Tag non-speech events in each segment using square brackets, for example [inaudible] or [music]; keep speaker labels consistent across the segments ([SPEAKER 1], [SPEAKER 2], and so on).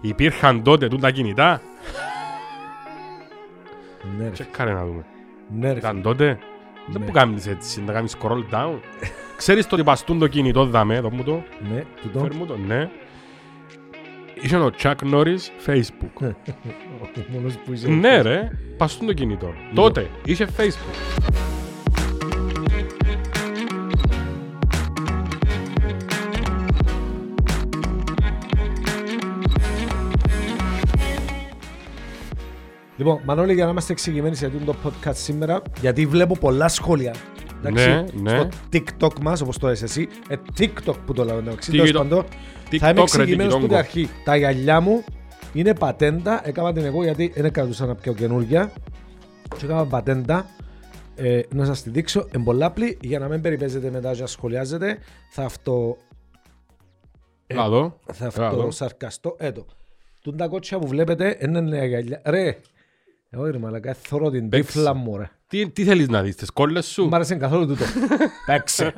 [SPEAKER 1] Υπήρχαν τότε τούτα κινητά.
[SPEAKER 2] Ναι, ρε.
[SPEAKER 1] Τσεκάρε να δούμε.
[SPEAKER 2] Ναι, ρε.
[SPEAKER 1] Ήταν τότε. Δεν
[SPEAKER 2] Ναι.
[SPEAKER 1] που κάνεις έτσι, να κάνεις scroll down.
[SPEAKER 2] [laughs]
[SPEAKER 1] Ξέρεις το ότι παστούν το κινητό δαμέ, εδώ μου το.
[SPEAKER 2] Ναι, του τον.
[SPEAKER 1] Φέρ'
[SPEAKER 2] [laughs]
[SPEAKER 1] μου το, ναι. Είχε ο Chuck Norris Facebook.
[SPEAKER 2] Ναι. Ο μόνος που είσαι.
[SPEAKER 1] Ναι ρε, παστούν το κινητό.
[SPEAKER 2] Ναι.
[SPEAKER 1] Τότε είχε Facebook.
[SPEAKER 2] Λοιπόν, Μανώλη, για να είμαστε εξηγημένοι σε αυτό το podcast σήμερα, γιατί βλέπω πολλά σχόλια. Εντάξει,
[SPEAKER 1] Ναι, ναι.
[SPEAKER 2] Στο TikTok μας, όπως το είσαι εσύ, ε, TikTok που το λέω εντάξει,
[SPEAKER 1] TikTok.
[SPEAKER 2] τέλο πάντων, θα είμαι
[SPEAKER 1] TikTok, ρε,
[SPEAKER 2] εξηγημένο από την
[SPEAKER 1] TikTok.
[SPEAKER 2] αρχή. Τα γυαλιά μου είναι πατέντα, έκανα την εγώ γιατί δεν κρατούσα να πιω καινούργια. Και έκανα πατέντα. Ε, να σας τη δείξω, εμπολάπλη, για να μην περιπέζετε μετά και να σχολιάζετε. Θα αυτό
[SPEAKER 1] Να δω.
[SPEAKER 2] Ε, θα
[SPEAKER 1] Έλα
[SPEAKER 2] αυτό
[SPEAKER 1] εδώ.
[SPEAKER 2] σαρκαστώ. Έτο. Τούν τα κότσια που βλέπετε είναι νέα γυαλιά. Ρε, Ε, όχι ρε μαλακά, θωρώ την
[SPEAKER 1] Παίξε.
[SPEAKER 2] τύφλα μου ρε.
[SPEAKER 1] Τι, τι θέλεις να δεις, τις κόλλες σου.
[SPEAKER 2] Μ' άρεσε καθόλου τούτο. Παίξε.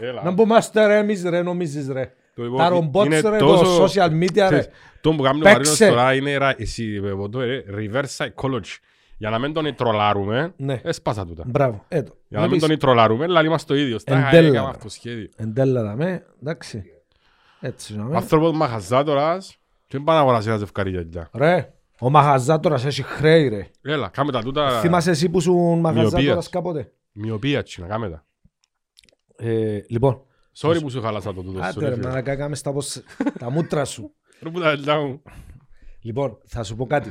[SPEAKER 1] Έλα.
[SPEAKER 2] Να μπούμαστε ρε εμείς ρε, νομίζεις ρε.
[SPEAKER 1] Το λοιπόν,
[SPEAKER 2] Τα ρομπότς
[SPEAKER 1] είναι
[SPEAKER 2] ρε,
[SPEAKER 1] τόσο-
[SPEAKER 2] το social media ρε.
[SPEAKER 1] Ξέρεις, Το που κάνει ο Μαρίνος
[SPEAKER 2] Παίξε.
[SPEAKER 1] τώρα είναι ρα- εσύ, ε, πω το, ε, reverse psychology. Για να μην τον τρολάρουμε,
[SPEAKER 2] Ναι.
[SPEAKER 1] έσπασα τούτα.
[SPEAKER 2] Μπράβο, Ε, έτο.
[SPEAKER 1] Για να μην τον τρολάρουμε, αλλά είμαστε το ίδιο. Στα
[SPEAKER 2] Εν
[SPEAKER 1] χα,
[SPEAKER 2] τέλει,
[SPEAKER 1] έκαμε
[SPEAKER 2] ρε.
[SPEAKER 1] αυτό σχέδιο.
[SPEAKER 2] Εν τέλα δαμε, εντάξει. Έτσι να
[SPEAKER 1] Ο
[SPEAKER 2] με.
[SPEAKER 1] άνθρωπος μαχαζάτορας και δεν πάει να αγοράσει ένα ζευκάρι γυαλιά.
[SPEAKER 2] Ρε, ο μαγαζάτορας έχει χρέη ρε.
[SPEAKER 1] Έλα, κάμε τα τούτα.
[SPEAKER 2] Θυμάσαι εσύ που ήσουν μαγαζάτορας κάποτε.
[SPEAKER 1] Μοιοπία τσι, να κάμε τα.
[SPEAKER 2] Ε, Λοιπόν,
[SPEAKER 1] Sorry που σου χάλασα το τούτο.
[SPEAKER 2] άντε ρε
[SPEAKER 1] sorry, φίλε.
[SPEAKER 2] μαλακά κάμε στα πως- τα μούτρα σου.
[SPEAKER 1] Ρε, που τα γυαλιά μου.
[SPEAKER 2] Λοιπόν, θα σου πω κάτι.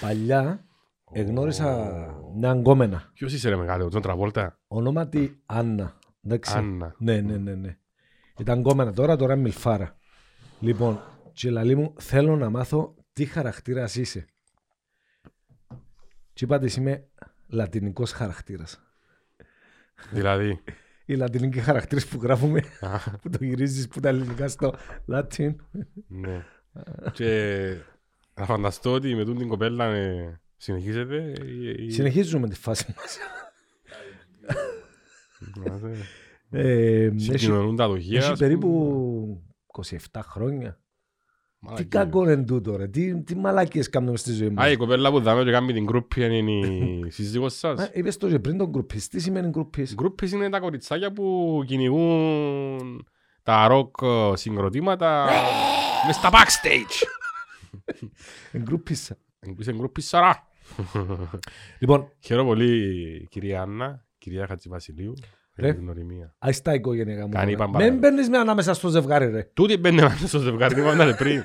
[SPEAKER 2] Παλιά εγνώρισα μια αγκόμενα.
[SPEAKER 1] Ποιος είσαι ρε μεγάλε, ο Τζον Τραβόλτα.
[SPEAKER 2] Ονόματι Άννα. Εντάξει.
[SPEAKER 1] Άννα.
[SPEAKER 2] Ναι, ναι, ναι, ναι. Ήταν αγκόμενα τώρα, τώρα είναι μιλφάρα. Λοιπόν, τσιλαλή μου, θέλω να μάθω τι χαρακτήρας είσαι. Τι είπα της είμαι λατινικός χαρακτήρας.
[SPEAKER 1] Δηλαδή.
[SPEAKER 2] Οι λατινικοί χαρακτήρες που γράφουμε, [laughs]
[SPEAKER 1] Α,
[SPEAKER 2] που το γυρίζεις, που τα ελληνικά στο λατίν.
[SPEAKER 1] ναι. Και να φανταστώ ότι με τούτη την κοπέλα ε, συνεχίζεται. ε, ε,
[SPEAKER 2] Συνεχίζουμε τη φάση μας.
[SPEAKER 1] ε, ε,
[SPEAKER 2] Ε, έχει-
[SPEAKER 1] Συγκοινωνούν τα δοχεία.
[SPEAKER 2] Έχει
[SPEAKER 1] ας
[SPEAKER 2] περίπου 27 χρόνια.
[SPEAKER 1] πούμε.
[SPEAKER 2] Τι
[SPEAKER 1] Μαλακία.
[SPEAKER 2] κακό είναι τούτο, ρε. Τι, τι μαλακίες κάνουμε στη ζωή
[SPEAKER 1] Α, η
[SPEAKER 2] μας.
[SPEAKER 1] κοπέλα που δάμε και κάνει την group
[SPEAKER 2] Ε,
[SPEAKER 1] είναι η σύζυγος σας.
[SPEAKER 2] Μα, Είπες το και πριν τον γκρουπής. Τι σημαίνει γκρουπής.
[SPEAKER 1] Γκρούπες είναι τα κοριτσάκια που κυνηγούν τα ροκ συγκροτήματα μες στα backstage.
[SPEAKER 2] Γκρουπής.
[SPEAKER 1] Είσαι γκρούπης σαρά.
[SPEAKER 2] Λοιπόν,
[SPEAKER 1] Χαίρομαι πολύ κυρία Άννα, κυρία Χατζηβασιλείου.
[SPEAKER 2] Ρε.
[SPEAKER 1] για την γνωριμία.
[SPEAKER 2] ας τα οικογένεια μου.
[SPEAKER 1] Κάνει
[SPEAKER 2] τώρα.
[SPEAKER 1] παμπάρα.
[SPEAKER 2] Μην παίρνεις με ανάμεσα στο ζευγάρι, ρε.
[SPEAKER 1] Τούτη μπαίνει μέσα στο ζευγάρι, τι είπαμε πριν.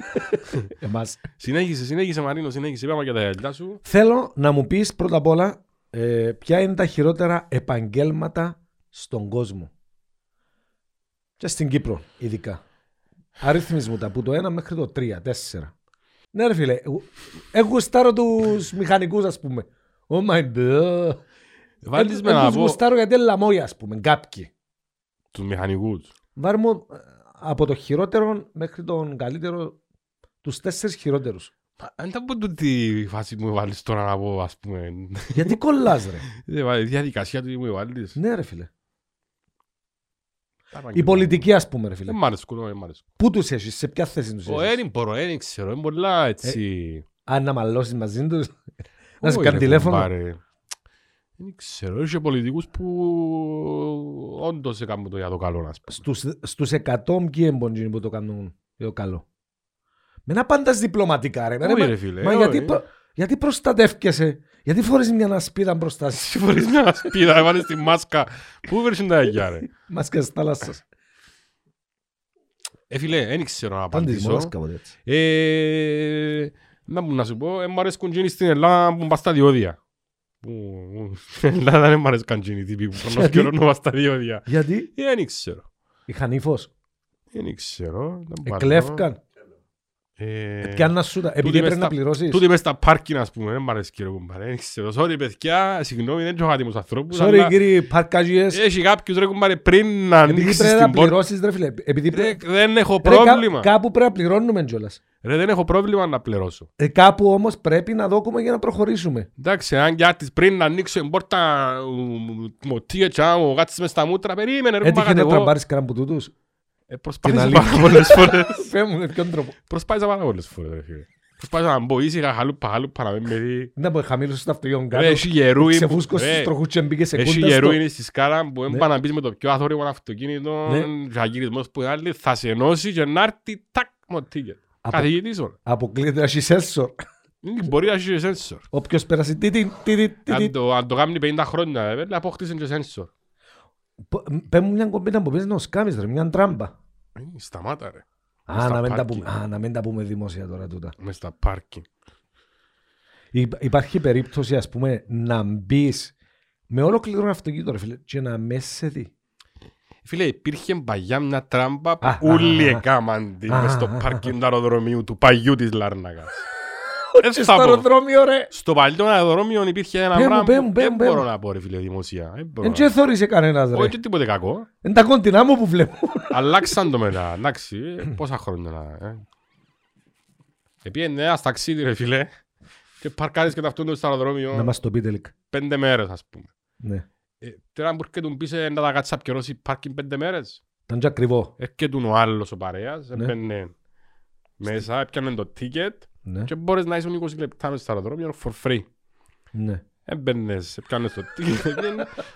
[SPEAKER 2] Εμάς.
[SPEAKER 1] Συνέχισε, συνέχισε Μαρίνο, συνέχισε. Είπαμε για τα γυαλιά σου.
[SPEAKER 2] Θέλω να μου πεις πρώτα απ' όλα ε, ποια είναι τα χειρότερα επαγγέλματα στον κόσμο. Και στην Κύπρο ειδικά. Αριθμισμού τα που το 1 μέχρι το 3, 4. Ναι ρε φίλε, εγώ- εγώ γουστάρω τους μηχανικούς ας πούμε. Oh my god.
[SPEAKER 1] Βάλεις
[SPEAKER 2] Ε,
[SPEAKER 1] με
[SPEAKER 2] ε,
[SPEAKER 1] να
[SPEAKER 2] τους
[SPEAKER 1] πω
[SPEAKER 2] γουστάρω γιατί είναι λαμόγια ας πούμε, κάποιοι.
[SPEAKER 1] τους μηχανικούς.
[SPEAKER 2] Βάρ' μου ε, από το χειρότερο μέχρι τον καλύτερο, τους τέσσερις χειρότερους.
[SPEAKER 1] Αν τα πω τούτη φάση που μου βάλεις τώρα να πω, ας πούμε.
[SPEAKER 2] γιατί κολλάς ρε.
[SPEAKER 1] Ε, βάλε, Διαδικασία του μου βάλεις.
[SPEAKER 2] ναι ρε φίλε.
[SPEAKER 1] Τα
[SPEAKER 2] Η
[SPEAKER 1] επαγγελματικά.
[SPEAKER 2] πολιτική ας πούμε ρε φίλε.
[SPEAKER 1] Δεν μ' αρέσκουν, όχι, δεν μ' αρέσκουν.
[SPEAKER 2] Πού τους έχεις, σε ποια θέση τους
[SPEAKER 1] Ο
[SPEAKER 2] έχεις.
[SPEAKER 1] Έριν μπορώ, Έριν ξέρω, είναι πολλά έτσι.
[SPEAKER 2] Αν να μαλώσεις
[SPEAKER 1] [laughs]
[SPEAKER 2] μαζί τους. Ε, να σου
[SPEAKER 1] Όχι,
[SPEAKER 2] κάνει
[SPEAKER 1] ρε,
[SPEAKER 2] τηλέφωνο.
[SPEAKER 1] κουμπάρε. Δεν ξέρω, είχε πολιτικούς που όντως έκαμε το για το καλό, ας πούμε.
[SPEAKER 2] Στους, στους 100 ποιοι εμποντζίνοι που το κάνουν το καλό. Μην απάντας διπλωματικά ρε.
[SPEAKER 1] Όχι,
[SPEAKER 2] μα-
[SPEAKER 1] ρε, φίλε, ε,
[SPEAKER 2] Μα
[SPEAKER 1] όχι.
[SPEAKER 2] γιατί, προ- γιατί προστατεύκεσαι. Γιατί φορείς μια ασπίδα μπροστά σου.
[SPEAKER 1] Τι φορείς μια [laughs] σπίδα, έβαλες τη μάσκα. Πού βρεις τα αγιά, ρε.
[SPEAKER 2] Μας και θάλασσας.
[SPEAKER 1] Ε, φίλε, δεν ξέρω να
[SPEAKER 2] Πάντης μόνος
[SPEAKER 1] απαντήσω.
[SPEAKER 2] κάποτε έτσι.
[SPEAKER 1] Ε, να, μου- να σου πω, ε, μου αρέσκουν τζίνοι στην Ελλάδα που πας στα διόδια. Που- που- Στην Ελλάδα δεν μου αρέσκαν τζίνοι τύποι που προνοσκελώνουν πας στα διόδια.
[SPEAKER 2] Γιατί
[SPEAKER 1] Ε, δεν ξέρω.
[SPEAKER 2] είχαν ύφος.
[SPEAKER 1] Δεν ξέρω. δεν μπορώ.
[SPEAKER 2] Εκλέφκαν.
[SPEAKER 1] ναι. Ε,
[SPEAKER 2] Και αν να σου τα... Επειδή
[SPEAKER 1] μες
[SPEAKER 2] πρέπει να
[SPEAKER 1] τα-
[SPEAKER 2] πληρώσεις.
[SPEAKER 1] Τούτοι μες στα πάρκιν ας πούμε, δεν μ' αρέσει κύριε κουμπάρε, δεν ξέρω. Sorry παιδιά, συγγνώμη, δεν τσοχάτε μου ανθρώπους,
[SPEAKER 2] Sorry
[SPEAKER 1] αλλά
[SPEAKER 2] κύριε Παρκαζιές.
[SPEAKER 1] έχει κάποιους ρε κουμπάρε πριν να
[SPEAKER 2] Επειδή
[SPEAKER 1] ανοίξεις
[SPEAKER 2] πρέπει να
[SPEAKER 1] την Ε, πόρτα.
[SPEAKER 2] πληρώσεις ρε φίλε. Επειδή
[SPEAKER 1] Ρε,
[SPEAKER 2] πρέπει...
[SPEAKER 1] Δεν έχω
[SPEAKER 2] Ρε, κα-
[SPEAKER 1] πρόβλημα.
[SPEAKER 2] Κάπου πρέπει να πληρώνουμε κιόλας.
[SPEAKER 1] Ρε, δεν έχω πρόβλημα να πληρώσω.
[SPEAKER 2] Ε, κάπου όμως πρέπει να δόκουμε για να προχωρήσουμε.
[SPEAKER 1] Εντάξει, αν γιάτης πριν να ανοίξω την πόρτα, μου- μου- μου τίγε τσά, μου γάτσεις μες στα μούτρα, περίμενε ρε
[SPEAKER 2] Έτυχε
[SPEAKER 1] κουμπάρε.
[SPEAKER 2] να
[SPEAKER 1] εγώ.
[SPEAKER 2] τραμπάρεις κανέναν από τούτου.
[SPEAKER 1] Ε, προσπάθησα
[SPEAKER 2] αλήθεια.
[SPEAKER 1] πάρα πολλές φορές.
[SPEAKER 2] Φέ μου, με ποιον τρόπο.
[SPEAKER 1] Προσπάθησα πάρα πολλές φορές, ρε φίλε. Προσπάθησα να μπω ήσυχα, χαλούπα, χαλούπα, να μην με δει.
[SPEAKER 2] Δεν μπορεί χαμήλωσες το αυτογείο
[SPEAKER 1] Ρε,
[SPEAKER 2] κάτω.
[SPEAKER 1] έχει γερούι.
[SPEAKER 2] Ξεφούσκωσες
[SPEAKER 1] ρε,
[SPEAKER 2] στους τροχούτσες, μπήκες σε
[SPEAKER 1] Έχει
[SPEAKER 2] κούντα στο...
[SPEAKER 1] γερούι στη σκάλα που δεν
[SPEAKER 2] Ναι.
[SPEAKER 1] πάει να μπεις με το πιο αθόρυβο αυτοκίνητο,
[SPEAKER 2] Ναι.
[SPEAKER 1] γαγυρισμός που είναι άλλη, θα σε ενώσει και να έρθει τάκ μοτίγετ.
[SPEAKER 2] Απο-
[SPEAKER 1] Καθηγητής όλα.
[SPEAKER 2] Αποκλείεται να έχεις sensor.
[SPEAKER 1] Είναι- Μπορεί να έχεις sensor.
[SPEAKER 2] Όποιος πέρασε... Τι, τι, τι, τι, τι, τι.
[SPEAKER 1] Αν το, αν το κάνει 50 χρόνια, ε, βέβαια, να αποκτήσει και sensor.
[SPEAKER 2] Πο- Πες μου μια κομπίνα που πες να σκάμεις ρε, μια τράμπα.
[SPEAKER 1] Ε, Σταμάτα ρε.
[SPEAKER 2] Α,
[SPEAKER 1] Στα
[SPEAKER 2] να μην τα
[SPEAKER 1] πάρκινγκ.
[SPEAKER 2] πούμε- α, να μην τα πούμε δημόσια τώρα τούτα.
[SPEAKER 1] Μες στα πάρκινγκ.
[SPEAKER 2] Υπ- Υπάρχει περίπτωση, ας πούμε, να μπεις με ολόκληρο αυτοκίνητο, ρε φίλε, και να μες σε δει.
[SPEAKER 1] Φίλε, υπήρχε παγιά μια τράμπα που
[SPEAKER 2] Α,
[SPEAKER 1] όλοι
[SPEAKER 2] α, α,
[SPEAKER 1] έκαναν τη
[SPEAKER 2] α,
[SPEAKER 1] μες στο
[SPEAKER 2] α, α,
[SPEAKER 1] πάρκινγκ του αεροδρομίου του παγιού της
[SPEAKER 2] [laughs]
[SPEAKER 1] Λάρνακας. Δεν
[SPEAKER 2] Και
[SPEAKER 1] θα
[SPEAKER 2] στο
[SPEAKER 1] πω.
[SPEAKER 2] αεροδρόμιο, ρε!
[SPEAKER 1] Στο παλιό αεροδρόμιο υπήρχε ένα
[SPEAKER 2] Πέ μου, πέ
[SPEAKER 1] πράγμα
[SPEAKER 2] μου,
[SPEAKER 1] που
[SPEAKER 2] πέ
[SPEAKER 1] δεν
[SPEAKER 2] μου, πέ
[SPEAKER 1] μπορώ
[SPEAKER 2] μου.
[SPEAKER 1] να πω ρε φίλε δημοσία. Δεν μπορώ
[SPEAKER 2] Δεν
[SPEAKER 1] να-
[SPEAKER 2] και θωρήσε κανένας, ρε.
[SPEAKER 1] Όχι και τίποτε κακό.
[SPEAKER 2] Είναι τα κοντινά μου που βλέπω.
[SPEAKER 1] Αλλάξαν το μετά. Εντάξει, ε, πόσα χρόνια να... ε. Επήγαινε ένα ταξίδι ρε φίλε και παρκάρεις και ταυτούνται στο
[SPEAKER 2] Να
[SPEAKER 1] αεροδρόμιο
[SPEAKER 2] μας το πει τελικά.
[SPEAKER 1] πέντε μέρες ας πούμε.
[SPEAKER 2] Ναι.
[SPEAKER 1] Ε, Τώρα που έρχεται πίσω ε, να τα κάτσεις απειρώσει πάρκινγκ πέντε μέρες.
[SPEAKER 2] Ήταν και ακριβό.
[SPEAKER 1] Έρχεται ο άλλος ο παρέας,
[SPEAKER 2] Ναι.
[SPEAKER 1] έμπαινε μέσα, έπιανε το τίκετ
[SPEAKER 2] Ναι.
[SPEAKER 1] και μπορείς να είσαι 20 λεπτά μες στο αεροδρόμιο for free.
[SPEAKER 2] ναι.
[SPEAKER 1] Έμπαινες, έπιανες το τίκετ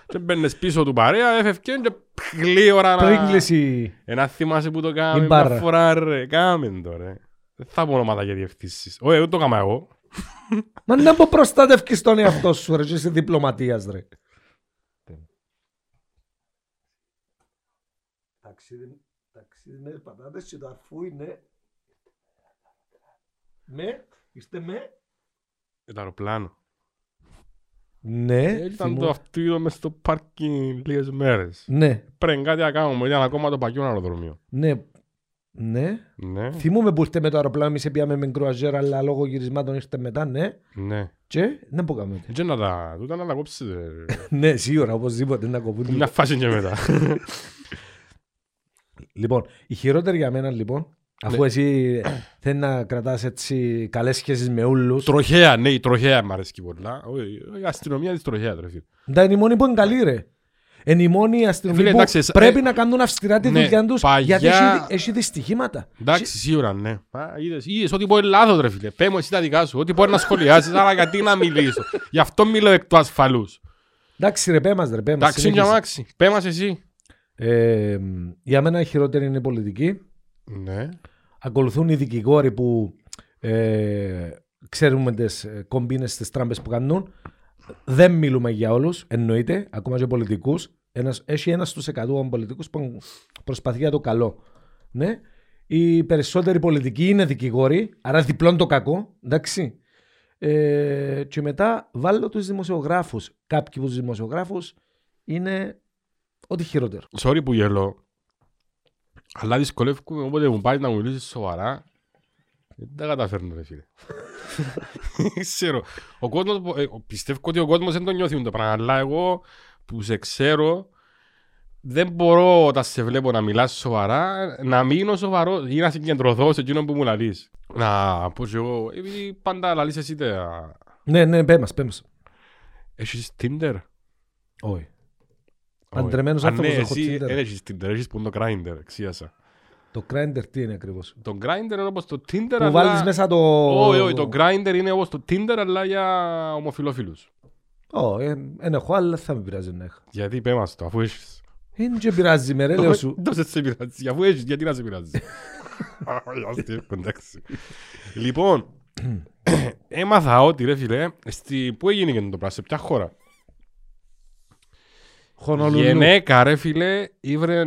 [SPEAKER 1] και έμπαινες πίσω του παρέα, έφευκεν και πλήωρα να...
[SPEAKER 2] Πρίγκληση.
[SPEAKER 1] Ένα θυμάσαι που το κάναμε
[SPEAKER 2] Η
[SPEAKER 1] μια
[SPEAKER 2] μπάρα.
[SPEAKER 1] φορά ρε, κάμε το ρε. Δεν θα πω ονόματα για διευθύνσεις. Όχι, δεν το έκανα εγώ.
[SPEAKER 2] Μα να μου προστατεύκεις τον εαυτό σου, ρε, και είσαι διπλωματίας, ρε. Ταξίδι, ταξίδι με πατάτες και το αρφού είναι... Με, είστε με.
[SPEAKER 1] Ε, Το αεροπλάνο.
[SPEAKER 2] Ναι,
[SPEAKER 1] Ε, Ήταν
[SPEAKER 2] θυμώ-
[SPEAKER 1] το αυτοκίνητο μες στο πάρκινγκ λίγες μέρες.
[SPEAKER 2] Ναι,
[SPEAKER 1] Πρέπει κάτι να κάνουμε, ήταν ακόμα το παγιό αεροδρομίο.
[SPEAKER 2] ναι, ναι.
[SPEAKER 1] Ναι,
[SPEAKER 2] Θυμούμε που ήρθε με το αεροπλάνο, εμείς πήγαμε με κρουαζέρα, αλλά λόγω γυρισμάτων ήρθε μετά, ναι.
[SPEAKER 1] ναι.
[SPEAKER 2] Και δεν μπορούμε.
[SPEAKER 1] Έτσι να τα, τούτα να τα κόψετε. ρε.
[SPEAKER 2] ναι, σίγουρα, οπωσδήποτε να κοπούν.
[SPEAKER 1] Μια φάση και μετά.
[SPEAKER 2] Λοιπόν, η χειρότερη για μένα, λοιπόν, αφού
[SPEAKER 1] Ναι.
[SPEAKER 2] εσύ θέλεις να κρατάς έτσι καλές σχέσεις με
[SPEAKER 1] [laughs]
[SPEAKER 2] όλους,
[SPEAKER 1] Τροχέα, ναι, η τροχέα μου αρέσει πολλά. Όχι, Η αστυνομία της τροχέα, ρε φίλε.
[SPEAKER 2] τα είναι η μόνη που είναι καλή, ρε. Ε, Είναι η μόνη αστυνομία
[SPEAKER 1] Φίλε,
[SPEAKER 2] που
[SPEAKER 1] εντάξει, εσ-
[SPEAKER 2] πρέπει
[SPEAKER 1] ε,
[SPEAKER 2] να κάνουν αυστηρά τη
[SPEAKER 1] ναι,
[SPEAKER 2] δουλειά τους,
[SPEAKER 1] παγιά-
[SPEAKER 2] γιατί έχει, έχει δυστυχήματα.
[SPEAKER 1] Εντάξει, σίγουρα, ναι. Α, είδες, είδες, ό,τι μπορεί λάθος, ρε φίλε. Πέ μου εσύ τα δικά σου, ό,τι μπορεί να σχολιάσεις, αλλά γιατί να μιλήσω. Γι' αυτό μιλώ εκ του ασφαλούς.
[SPEAKER 2] Εντάξει, ρε, πέμας, ρε, πέμας.
[SPEAKER 1] Εντάξει,
[SPEAKER 2] συνέχισε.
[SPEAKER 1] για μάξι. Πέ μας εσύ.
[SPEAKER 2] Ε, για μένα η χειρότερη είναι η πολιτική.
[SPEAKER 1] Ναι.
[SPEAKER 2] ακολουθούν οι δικηγόροι που ε, ξέρουμε τις ε, κομπίνες, τις τράμπες που κάνουν. Δεν μιλούμε για όλους, εννοείται, ακόμα και πολιτικούς. Ένας, έχει ένας στους εκατό από πολιτικούς που προσπαθεί για το καλό. Ναι. Οι περισσότεροι πολιτικοί είναι δικηγόροι, άρα διπλών το κακό, εντάξει. Ε, και μετά βάλω τους δημοσιογράφους. Κάποιοι από τους δημοσιογράφους είναι ό,τι χειρότερο.
[SPEAKER 1] Sorry που γελώ. Αλλά δυσκολεύομαι, όποτε μου πάει να μιλήσεις σοβαρά, δεν τα καταφέρνω, ρε φίλε. Δεν Ξέρω. Ο κόσμος, ε, πιστεύω ότι ο κόσμος δεν το νιώθει το πράγμα, αλλά εγώ που σε ξέρω, δεν μπορώ όταν σε βλέπω να μιλάς σοβαρά, να μείνω σοβαρό ή να συγκεντρωθώ σε εκείνο που μου λαλείς. Να πω και εγώ, επειδή πάντα λαλείς εσύ τα...
[SPEAKER 2] Ναι, ναι, πέμας, πέμας.
[SPEAKER 1] Έχεις Tinder?
[SPEAKER 2] Όχι. Παντρεμένος
[SPEAKER 1] Α,
[SPEAKER 2] άνθρωπος
[SPEAKER 1] ναι,
[SPEAKER 2] έχω
[SPEAKER 1] εσύ
[SPEAKER 2] Tinder.
[SPEAKER 1] δεν έχεις Tinder, έχεις που είναι το Grindr, ξίασα.
[SPEAKER 2] Το Grindr τι είναι ακριβώς.
[SPEAKER 1] Το Grindr είναι όπως το Tinder, αλλά...
[SPEAKER 2] Που βάλεις μέσα το...
[SPEAKER 1] Όχι, όχι, το Grindr είναι όπως το Tinder, αλλά για ομοφιλόφιλους.
[SPEAKER 2] Ω, ε, εν έχω, αλλά θα με πειράζει να έχω.
[SPEAKER 1] Γιατί πέ μας το, αφού έχεις.
[SPEAKER 2] Είναι και πειράζει με, ρε, Ε, λέω σου.
[SPEAKER 1] [laughs] Δεν σε σε πειράζει, αφού έχεις, γιατί να σε
[SPEAKER 2] [laughs]
[SPEAKER 1] πειράζει. Α, αστείο, εντάξει. Λοιπόν, [clears throat] έμαθα ότι ρε φίλε, στη... πού έγινε και το πράγμα, σε ποια χώρα.
[SPEAKER 2] Χονολουλού.
[SPEAKER 1] Γενέκα ρε φίλε, ήβρε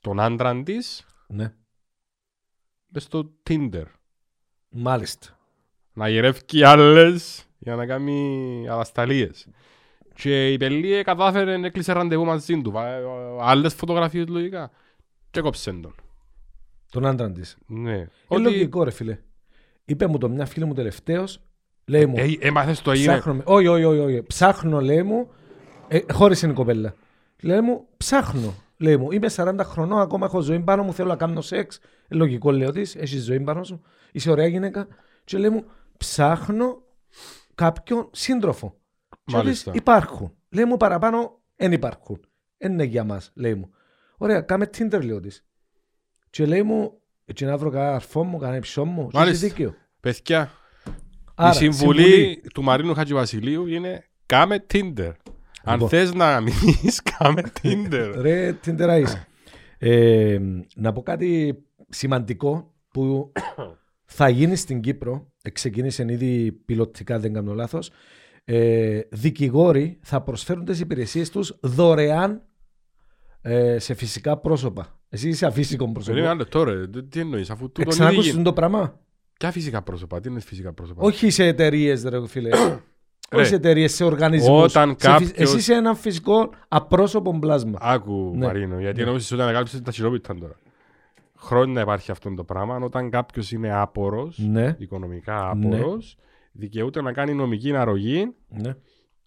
[SPEAKER 1] τον άντραν της
[SPEAKER 2] Ναι,
[SPEAKER 1] μες στο Tinder.
[SPEAKER 2] μάλιστα.
[SPEAKER 1] να γυρεύει άλλες για να κάνει ανασταλίες. Και η Πελή κατάφερε να έκλεισε ραντεβού μαζί του. Βα- Άλλες φωτογραφίες λογικά. Και κόψε τον.
[SPEAKER 2] Τον άντρα της.
[SPEAKER 1] Ναι.
[SPEAKER 2] Είναι
[SPEAKER 1] Ότι
[SPEAKER 2] λογικό, ρε, φίλε. Είπε μου το μια φίλη μου τελευταίος, λέει μου,
[SPEAKER 1] ε, έμαθες το έγινε.
[SPEAKER 2] ψάχνω με. Όχι, όχι, όχι, όχι. Ψάχνω, λέει μου, ε, χώρισε η κοπέλα. Λέει μου, ψάχνω. Λέει μου, είμαι 40 χρονών, ακόμα έχω ζωή πάνω μου, θέλω να κάνω σεξ. Ε, Λογικό λέω της, έχεις ζωή πάνω σου, είσαι ωραία γυναίκα. Και λέει μου, ψάχνω κάποιον σύντροφο. Και
[SPEAKER 1] Μάλιστα.
[SPEAKER 2] λέει, υπάρχουν. Λέει μου παραπάνω, δεν υπάρχουν. Δεν είναι για μας, λέει μου. Ωραία, κάμε Tinder, λέω της. Και λέει μου, έτσι να βρω κανένα αρφό μου, κανένα υψό μου. Και έχεις
[SPEAKER 1] Μάλιστα.
[SPEAKER 2] δίκιο.
[SPEAKER 1] Παιδιά, η συμβουλή του Μαρίνου Χατζηβασιλείου είναι κάμε Tinder. Αν
[SPEAKER 2] Λοιπόν.
[SPEAKER 1] θες να μείνεις, κάμε Tinder.
[SPEAKER 2] Ρε, Tinder Ice. Ε, να πω κάτι σημαντικό που θα γίνει στην Κύπρο. Ε, Ξεκίνησε ήδη πιλωτικά, δεν κάνω λάθος. Ε, δικηγόροι θα προσφέρουν τις υπηρεσίες τους δωρεάν ε, σε φυσικά πρόσωπα. Εσύ είσαι αφύσικο
[SPEAKER 1] Περίμενε
[SPEAKER 2] πρόσωπο.
[SPEAKER 1] ένα λεπτό ρε, τι- τι εννοείς, αφού τούτον ήδη
[SPEAKER 2] Ξανακούσουν
[SPEAKER 1] γίνει.
[SPEAKER 2] το πράγμα.
[SPEAKER 1] Ποια φυσικά πρόσωπα, τι είναι φυσικά πρόσωπα.
[SPEAKER 2] Όχι σε εταιρείες, ρε φίλε.
[SPEAKER 1] Ρε,
[SPEAKER 2] Όχι σε εταιρείες, σε οργανισμούς.
[SPEAKER 1] Όταν κάποιος-
[SPEAKER 2] Εσύ είσαι ένα φυσικό απρόσωπο πλάσμα.
[SPEAKER 1] Άκου
[SPEAKER 2] Ναι.
[SPEAKER 1] Μαρίνο, γιατί νόμιζες ότι ανακάλυψες τα χειρόπιτα τώρα. Χρόνια υπάρχει αυτό το πράγμα, όταν κάποιος είναι άπορος,
[SPEAKER 2] Ναι.
[SPEAKER 1] οικονομικά
[SPEAKER 2] Ναι.
[SPEAKER 1] άπορος, δικαιούται να κάνει νομική αρρωγή
[SPEAKER 2] ναι.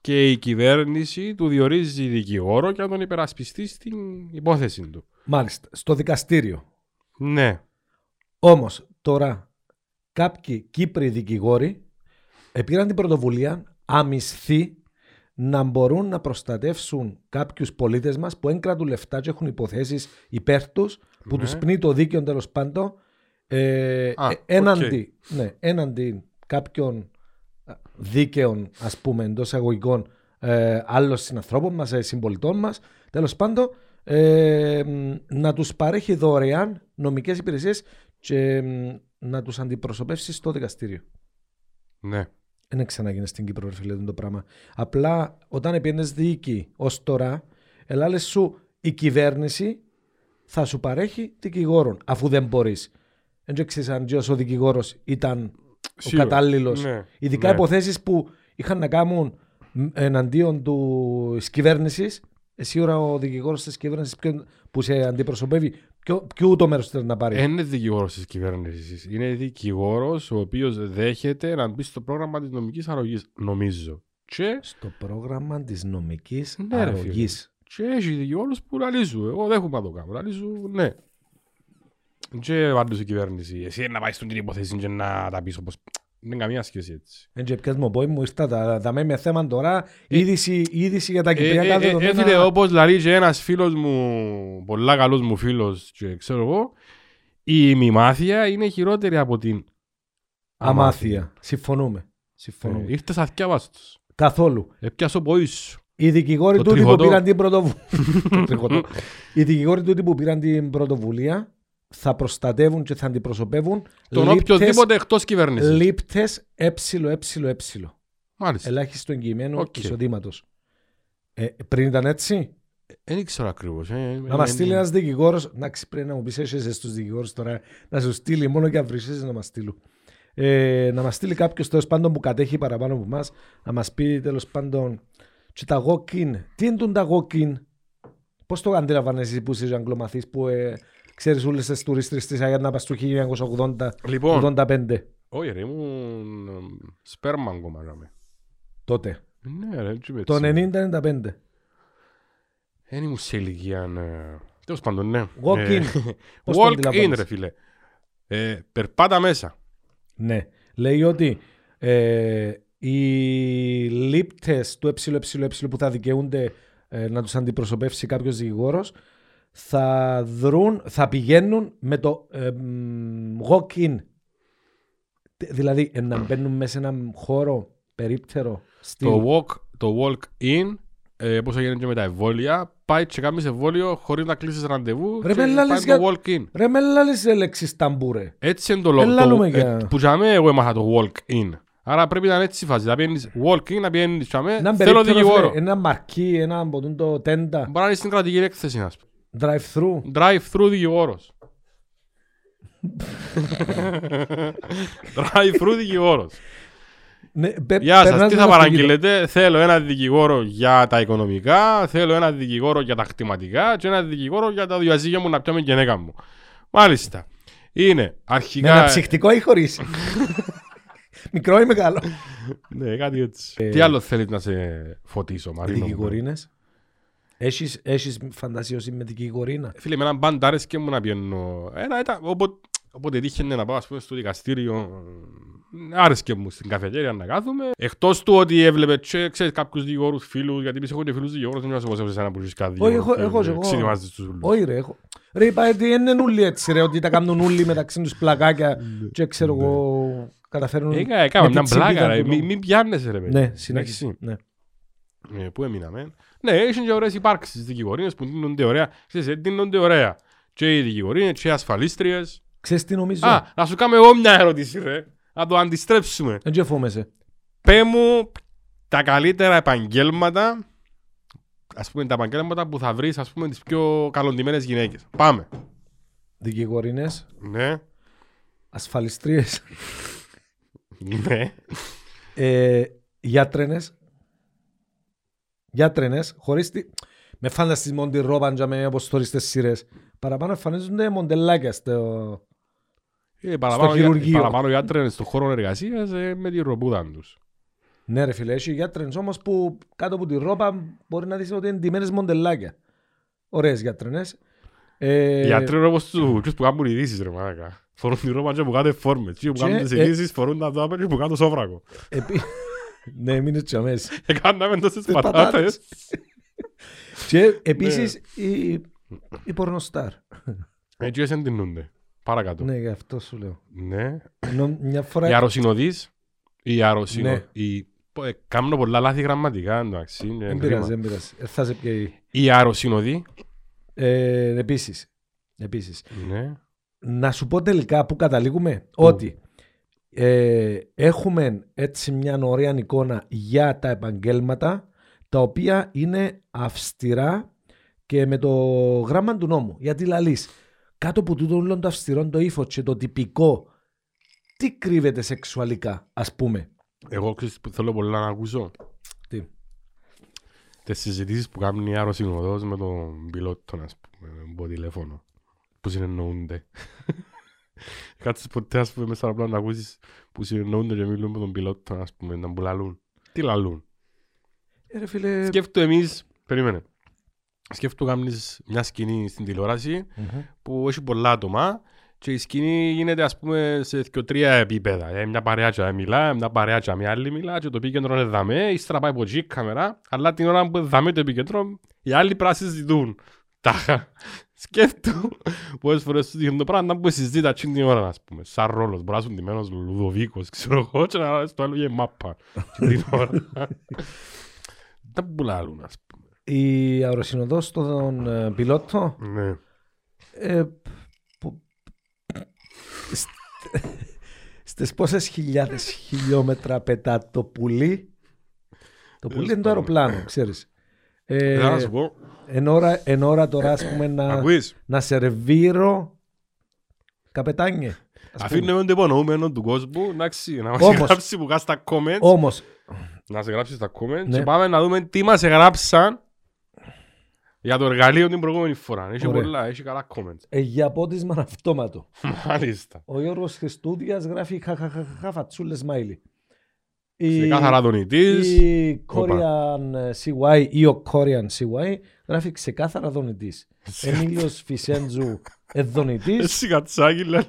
[SPEAKER 1] και η κυβέρνηση του διορίζει δικηγόρο και να τον υπερασπιστεί στην υπόθεση του.
[SPEAKER 2] Μάλιστα. Στο δικαστήριο.
[SPEAKER 1] Ναι.
[SPEAKER 2] Όμως τώρα κάποιοι Κύπροι δικηγόροι επήραν την πρωτοβουλία αμυσθή να μπορούν να προστατεύσουν κάποιους πολίτες μας που έγκρατουν λεφτά και έχουν υποθέσεις υπέρ τους που
[SPEAKER 1] Ναι.
[SPEAKER 2] τους πνεί το δίκαιο τέλος πάντων ε,
[SPEAKER 1] Α,
[SPEAKER 2] ε, έναντι, ναι, έναντι κάποιων α, δίκαιων ε, ας πούμε εντός αγωγικών ε, άλλων συνανθρώπων μας, ε, συμπολιτών μας τέλος πάντων ε, μ, να τους παρέχει δωρεάν νομικές υπηρεσίες και μ, να τους αντιπροσωπεύσει στο δικαστήριο.
[SPEAKER 1] Ναι.
[SPEAKER 2] Δεν ξαναγίνει στην Κύπρο, ρε φίλε, το πράγμα. Απλά όταν επένδυες διοίκη ως τώρα, ελάλε σου η κυβέρνηση θα σου παρέχει δικηγόρων, αφού δεν μπορείς. Δεν ξέρεις αν και ο δικηγόρος ήταν ο
[SPEAKER 1] Σίγουρα.
[SPEAKER 2] κατάλληλος.
[SPEAKER 1] Ναι.
[SPEAKER 2] Ειδικά
[SPEAKER 1] Ναι.
[SPEAKER 2] υποθέσεις που είχαν να κάνουν μ, εναντίον της κυβέρνησης. ε, Σίγουρα ο δικηγόρος της κυβέρνησης που σε αντιπροσωπεύει, ποιο, ποιο το μέρο θέλει να πάρει.
[SPEAKER 1] Δεν είναι δικηγόρος της κυβέρνησης. Είναι δικηγόρος ο οποίος δέχεται να μπει στο πρόγραμμα της νομικής αρρωγής, νομίζω. Και,
[SPEAKER 2] Στο πρόγραμμα της νομικής
[SPEAKER 1] Ναι, ρε φίλε.
[SPEAKER 2] αρρωγής.
[SPEAKER 1] και έχει δικηγόρους που λαλίζουν. Εγώ δέχομαι να το κάνω. Λαλίζουν, ναι. Και πάντως η κυβέρνηση. Εσύ να πάει στον την υποθέση και να τα πεις όπως. Δεν είναι καμία σχέση έτσι.
[SPEAKER 2] Εν και πιάσμο πόη μου, ήρθα τα, τα με με θέμα τώρα, είδηση, είδηση για τα
[SPEAKER 1] Ε,
[SPEAKER 2] κυπριακά
[SPEAKER 1] ε, ε, ε,
[SPEAKER 2] δεδομένα.
[SPEAKER 1] Φίλε, όπως λέει και ένας φίλος μου, πολλά καλός μου φίλος και ξέρω εγώ, η ημιμάθεια είναι χειρότερη από την
[SPEAKER 2] Αμάθεια. Συμφωνούμε. Συμφωνούμε.
[SPEAKER 1] Ε, Ήρθες αθιάβαστος.
[SPEAKER 2] Καθόλου.
[SPEAKER 1] Έπιασε ο ποής σου.
[SPEAKER 2] Οι δικηγόροι
[SPEAKER 1] Το
[SPEAKER 2] τούτοι
[SPEAKER 1] τριχωτό.
[SPEAKER 2] που πήραν την
[SPEAKER 1] [laughs]
[SPEAKER 2] πρωτοβουλία. Οι δικηγόροι τούτοι που πήραν την πρωτοβουλία θα προστατεύουν και θα αντιπροσωπεύουν
[SPEAKER 1] Τον οποιοδήποτε εκτός κυβέρνησης.
[SPEAKER 2] λήπτες εε.
[SPEAKER 1] Μάλιστα.
[SPEAKER 2] Ελάχιστο εγγυημένο
[SPEAKER 1] Οκ.
[SPEAKER 2] okay. εισοδήματος. Ε, πριν ήταν έτσι,
[SPEAKER 1] Δεν ήξερα ακριβώς. ε,
[SPEAKER 2] να
[SPEAKER 1] ε,
[SPEAKER 2] μας
[SPEAKER 1] ε,
[SPEAKER 2] στείλει
[SPEAKER 1] ε,
[SPEAKER 2] ένας δικηγόρος. Να πρέπει να μου πεις εσύ στους δικηγόρους τώρα να σου στείλει μόνο για βρυσέ να μας στείλουν. Ε, να μας στείλει κάποιος τέλος πάντων που κατέχει παραπάνω από εμάς, να μας πει τέλος πάντων. Τι τα γόκκιν, τι είναι τον τα γόκκιν, πώς το αντίλαβαν εσύ που είσαι Αγγλομαθής που ε, ξέρεις όλες τις τουρίστρες της Αγία να πας του 1980-85.
[SPEAKER 1] Λοιπόν, όχι ρε, ήμουν ε, σπέρμα ακόμα να είμαι.
[SPEAKER 2] Τότε.
[SPEAKER 1] Ναι ρε, έτσι είμαι
[SPEAKER 2] Το
[SPEAKER 1] έτσι.
[SPEAKER 2] 90-95.
[SPEAKER 1] Δεν ήμουν σε ηλικία. ε, Τέλος πάντων, ναι.
[SPEAKER 2] Walk
[SPEAKER 1] Ε,
[SPEAKER 2] in. Πώς το
[SPEAKER 1] Walk in,
[SPEAKER 2] αντιλαμβάνεσαι?
[SPEAKER 1] ρε φίλε. Ε, Περπάτα μέσα.
[SPEAKER 2] Ναι. Λέει ότι ε, οι λήπτες του ΕΕΕ που θα δικαιούνται ε, να τους αντιπροσωπεύσει κάποιος δικηγόρος θα δρουν, θα πηγαίνουν με το ε, μ, walk-in. Τε- Δηλαδή ε, να μπαίνουν μέσα σε έναν χώρο περίπτερο. στη-
[SPEAKER 1] Το walk, το walk in, ε, όπως έγινε και με τα εμβόλια, πάει και κάνεις εμβόλιο χωρίς να κλείσεις ραντεβού
[SPEAKER 2] Ρε,
[SPEAKER 1] και
[SPEAKER 2] με
[SPEAKER 1] πάει
[SPEAKER 2] λάλης
[SPEAKER 1] το
[SPEAKER 2] για-
[SPEAKER 1] walk in.
[SPEAKER 2] Ρε με λάλης λέξεις ταμπούρε.
[SPEAKER 1] Έτσι είναι το λόγο.
[SPEAKER 2] Ε,
[SPEAKER 1] Το,
[SPEAKER 2] λαλούμε για-
[SPEAKER 1] που για μέ εγώ έμαθα το walk in. Άρα πρέπει να είναι έτσι η φάση. Να πιένεις walk in, να πιένεις για μέ,
[SPEAKER 2] Έναν
[SPEAKER 1] Ε, θέλω
[SPEAKER 2] περίπτερο,
[SPEAKER 1] δικηγόρο.
[SPEAKER 2] φίλε, Ε, ένα μαρκί, ένα από τον το τέντα,
[SPEAKER 1] Μπορεί να είναι στην κρατική έκθεση, να πούμε.
[SPEAKER 2] drive-thru.
[SPEAKER 1] Drive-through δικηγόρος. Drive-through δικηγόρος.
[SPEAKER 2] Ναι, πε-
[SPEAKER 1] Γεια σας,
[SPEAKER 2] περνάς
[SPEAKER 1] τι
[SPEAKER 2] μέσα
[SPEAKER 1] θα
[SPEAKER 2] στο γήπεδο.
[SPEAKER 1] παραγγείλετε. Θέλω ένα δικηγόρο για τα οικονομικά, θέλω ένα δικηγόρο για τα κτηματικά και ένα δικηγόρο για τα διαζύγια μου να πιάμε και γυναίκα μου. Μάλιστα. Είναι
[SPEAKER 2] Με
[SPEAKER 1] αρχικά.
[SPEAKER 2] ένα ψυχτικό ή χωρίς.
[SPEAKER 1] [laughs]
[SPEAKER 2] Μικρό ή μεγάλο.
[SPEAKER 1] Ναι, κάτι
[SPEAKER 2] Ε,
[SPEAKER 1] έτσι. Τι άλλο θέλεις να σε φωτίσω, Μαρίνο. μου.
[SPEAKER 2] Δικηγορίνες. Έχεις, έχεις φαντασίωση με δικηγορίνα.
[SPEAKER 1] Ε, Φίλε, με έναν μπάντα άρεσε και μου να πιένω. Ένα ήταν. Όποτε, όποτε τύχαινε να πάω, ας πούμε, στο δικαστήριο. Άρεσκε μου στην καφετέρια να κάθομαι. Εκτός του ότι έβλεπε και, ξέρεις, κάποιους δικηγόρους φίλους, γιατί εμείς έχω και φίλους δικηγόρους, δεν είμαστε όπω εσένα που έχει κάτι.
[SPEAKER 2] Όχι, έχω- έχω- έχω-
[SPEAKER 1] Ξετοιμάζεται του φίλου.
[SPEAKER 2] Όχι ρε, έχω. Ρε είπα ε, ότι είναι νουλί έτσι ρε, ότι τα κάνουν νουλί μεταξύ τους πλακάκια
[SPEAKER 1] Ναι.
[SPEAKER 2] και ξέρω εγώ καταφέρνουν...
[SPEAKER 1] Έκαμε
[SPEAKER 2] με
[SPEAKER 1] ε, μια
[SPEAKER 2] τη
[SPEAKER 1] πλάκα,
[SPEAKER 2] τσιμπίδα
[SPEAKER 1] ρε.
[SPEAKER 2] του
[SPEAKER 1] Μην
[SPEAKER 2] νόμου.
[SPEAKER 1] μην πιάνεσαι, ρε. παιδί.
[SPEAKER 2] Ναι,
[SPEAKER 1] Εντάξει.
[SPEAKER 2] συνέχιση. Ναι.
[SPEAKER 1] Ε, Πού έμειναμε. Ναι, έχουν και ωραίες υπάρξεις δικηγορίες που δίνονται ωραία. Ξέρεις, ε, δίνονται ωραία. Και οι δικηγορίες και οι ασφαλίστριες.
[SPEAKER 2] Ξέρεις τι νομίζω.
[SPEAKER 1] Α, να σου κάνω εγώ μια ερώτηση, ρε. Να το αντιστρέψουμε.
[SPEAKER 2] Δεν τσεφόμεσαι.
[SPEAKER 1] Πέ μου τα καλύτερα επαγγέλματα, ας πούμε τα επαγγέλματα που θα βρεις, ας πούμε, τις πιο καλοντημένες γυναίκες. Πάμε.
[SPEAKER 2] Δικηγορίνες,
[SPEAKER 1] Ναι,
[SPEAKER 2] ασφαλιστρίες,
[SPEAKER 1] ναι.
[SPEAKER 2] ε, γιατρένες. Γιατρένες, χωρίς τη... Με φαντασμό τη ρόπαν για με όπως τώρα στις σειρές. Παραπάνω εμφανίζονται μοντελάκια στο...
[SPEAKER 1] Ε, παραπάνω, για-
[SPEAKER 2] χειρουργείο.
[SPEAKER 1] παραπάνω ιάτρες στον χώρο εργασίας ε, με τη ρομπούδα τους.
[SPEAKER 2] Ναι ρε φίλε, έχει γιατρένες όμως που κάτω από τη ρόπα μπορεί να δεις ότι είναι ντυμένες μοντελάκια. Ωραίες γιατρένες. Ε,
[SPEAKER 1] Οι γιατροί είναι όπως τους κουτσούς που κάνουν ειδήσεις ρε μάρακα. Φορούν τη ρόπα και που κάνουν φόρμες. Και που
[SPEAKER 2] Και,
[SPEAKER 1] κάνουν τις
[SPEAKER 2] ε,
[SPEAKER 1] ειδήσεις φορούν τα δάπερ και που κάνουν το σόφρακο.
[SPEAKER 2] επί- [laughs] ναι, μην έτσι αμέσως.
[SPEAKER 1] Έκαναμε τόσες
[SPEAKER 2] Τις
[SPEAKER 1] πατάτες.
[SPEAKER 2] Και επίσης η, η, η πορνοστάρ.
[SPEAKER 1] Έτσι όσοι εντυνούνται. Παρακάτω.
[SPEAKER 2] Ναι, γι' αυτό σου λέω.
[SPEAKER 1] Ναι.
[SPEAKER 2] Ενώ μια
[SPEAKER 1] Οι
[SPEAKER 2] φορά.
[SPEAKER 1] αρρωσινοδείς. Οι αρρωσινοδείς.
[SPEAKER 2] Ναι.
[SPEAKER 1] Κάνω ε, πολλά λάθη γραμματικά. εντάξει, είναι
[SPEAKER 2] Δεν
[SPEAKER 1] κρίμα.
[SPEAKER 2] πειράζει, δεν πειράζει. Ε, Θα σε πιέει.
[SPEAKER 1] Οι αρρωσινοδοί.
[SPEAKER 2] Ε, επίσης, επίσης.
[SPEAKER 1] Ναι.
[SPEAKER 2] Να σου πω τελικά που καταλήγουμε
[SPEAKER 1] Πού?
[SPEAKER 2] ότι ε, έχουμε έτσι μια ωραία εικόνα για τα επαγγέλματα τα οποία είναι αυστηρά και με το γράμμα του νόμου. Γιατί λαλείς, κάτω από τούτο όλων των αυστηρών το ύφος και το τυπικό, τι κρύβεται σεξουαλικά, ας πούμε.
[SPEAKER 1] Εγώ ξέρεις που θέλω πολλά να ακούσω.
[SPEAKER 2] Τι.
[SPEAKER 1] Τις συζητήσεις που κάνει η αρρωσινοδός με τον πιλότο, ας πούμε, από τηλέφωνο. Που
[SPEAKER 2] [laughs]
[SPEAKER 1] συνεννοούνται. Κάτσε ποτέ, ας πούμε, μέσα στο αεροπλάνο να ακούσεις που συνεννοούνται και μιλούν με τον πιλότο, ας πούμε, να μπουλαλούν. Τι λαλούν.
[SPEAKER 2] Ε, ρε φίλε...
[SPEAKER 1] Σκέφτο εμείς, περίμενε. Σκέφτο κάνεις μια σκηνή στην τηλεόραση
[SPEAKER 2] Μμμ.
[SPEAKER 1] που έχει πολλά άτομα και η σκηνή γίνεται ας πούμε σε δύο-τρία επίπεδα. Ε, μια παρέα και μιλά, μια παρέα και μια άλλη μιλά και το επίκεντρο είναι δαμέ, ύστερα πάει από εκεί η κάμερα, αλλά την ώρα που δαμέ το επίκεντρο, οι άλλοι πρέπει να συζητούν. [laughs] Τάχα. Σκέφτου πολλές φορές σου δείχνουν το πράγμα που συζητά εκείνη την ώρα, ας πούμε. Σαν ρόλος, μπορεί να σου ντυμένος Λουδοβίκος, [laughs] ξέρω εγώ, και να στο άλλο για μάπα. εκείνη την ώρα. Τα πουλάλουν, ας
[SPEAKER 2] Η αεροσυνοδός στον ε, πιλότο
[SPEAKER 1] πούμε. Ναι.
[SPEAKER 2] Ε, που- Σ- Στις πόσες χιλιάδες χιλιόμετρα πετά το πουλί Το πουλί είναι το αεροπλάνο, ξέρεις ε,
[SPEAKER 1] Θέλω να σου πω,
[SPEAKER 2] εν, ώρα, εν ώρα τώρα ας πούμε να,
[SPEAKER 1] ακούεις.
[SPEAKER 2] να σερβίρω καπετάνιε ας πούμε.
[SPEAKER 1] Αφήνουμε τον υπονοούμενο του κόσμου εντάξει, να μας
[SPEAKER 2] Όμως.
[SPEAKER 1] γράψει που κάνει στα comments.
[SPEAKER 2] Όμως
[SPEAKER 1] Να σε γράψει στα comments
[SPEAKER 2] Ναι.
[SPEAKER 1] και πάμε να δούμε τι μας γράψαν για το εργαλείο την προηγούμενη φορά. Έχει
[SPEAKER 2] Ωραία.
[SPEAKER 1] πολλά, έχει καλά comments.
[SPEAKER 2] ε, για πότισμα αυτόματο
[SPEAKER 1] Μάλιστα.
[SPEAKER 2] Ο Γιώργος Χριστούδιας γράφει χαχαχαχα φατσούλες μάιλι
[SPEAKER 1] Σε
[SPEAKER 2] Η-
[SPEAKER 1] κάθαρα δονητής.
[SPEAKER 2] Η Korean ε, CY ή ο Korean CY γράφει ξεκάθαρα δονητής. Εμίλιο Φισέντζου ε, δονητή.
[SPEAKER 1] Σιγατσάκι λέει.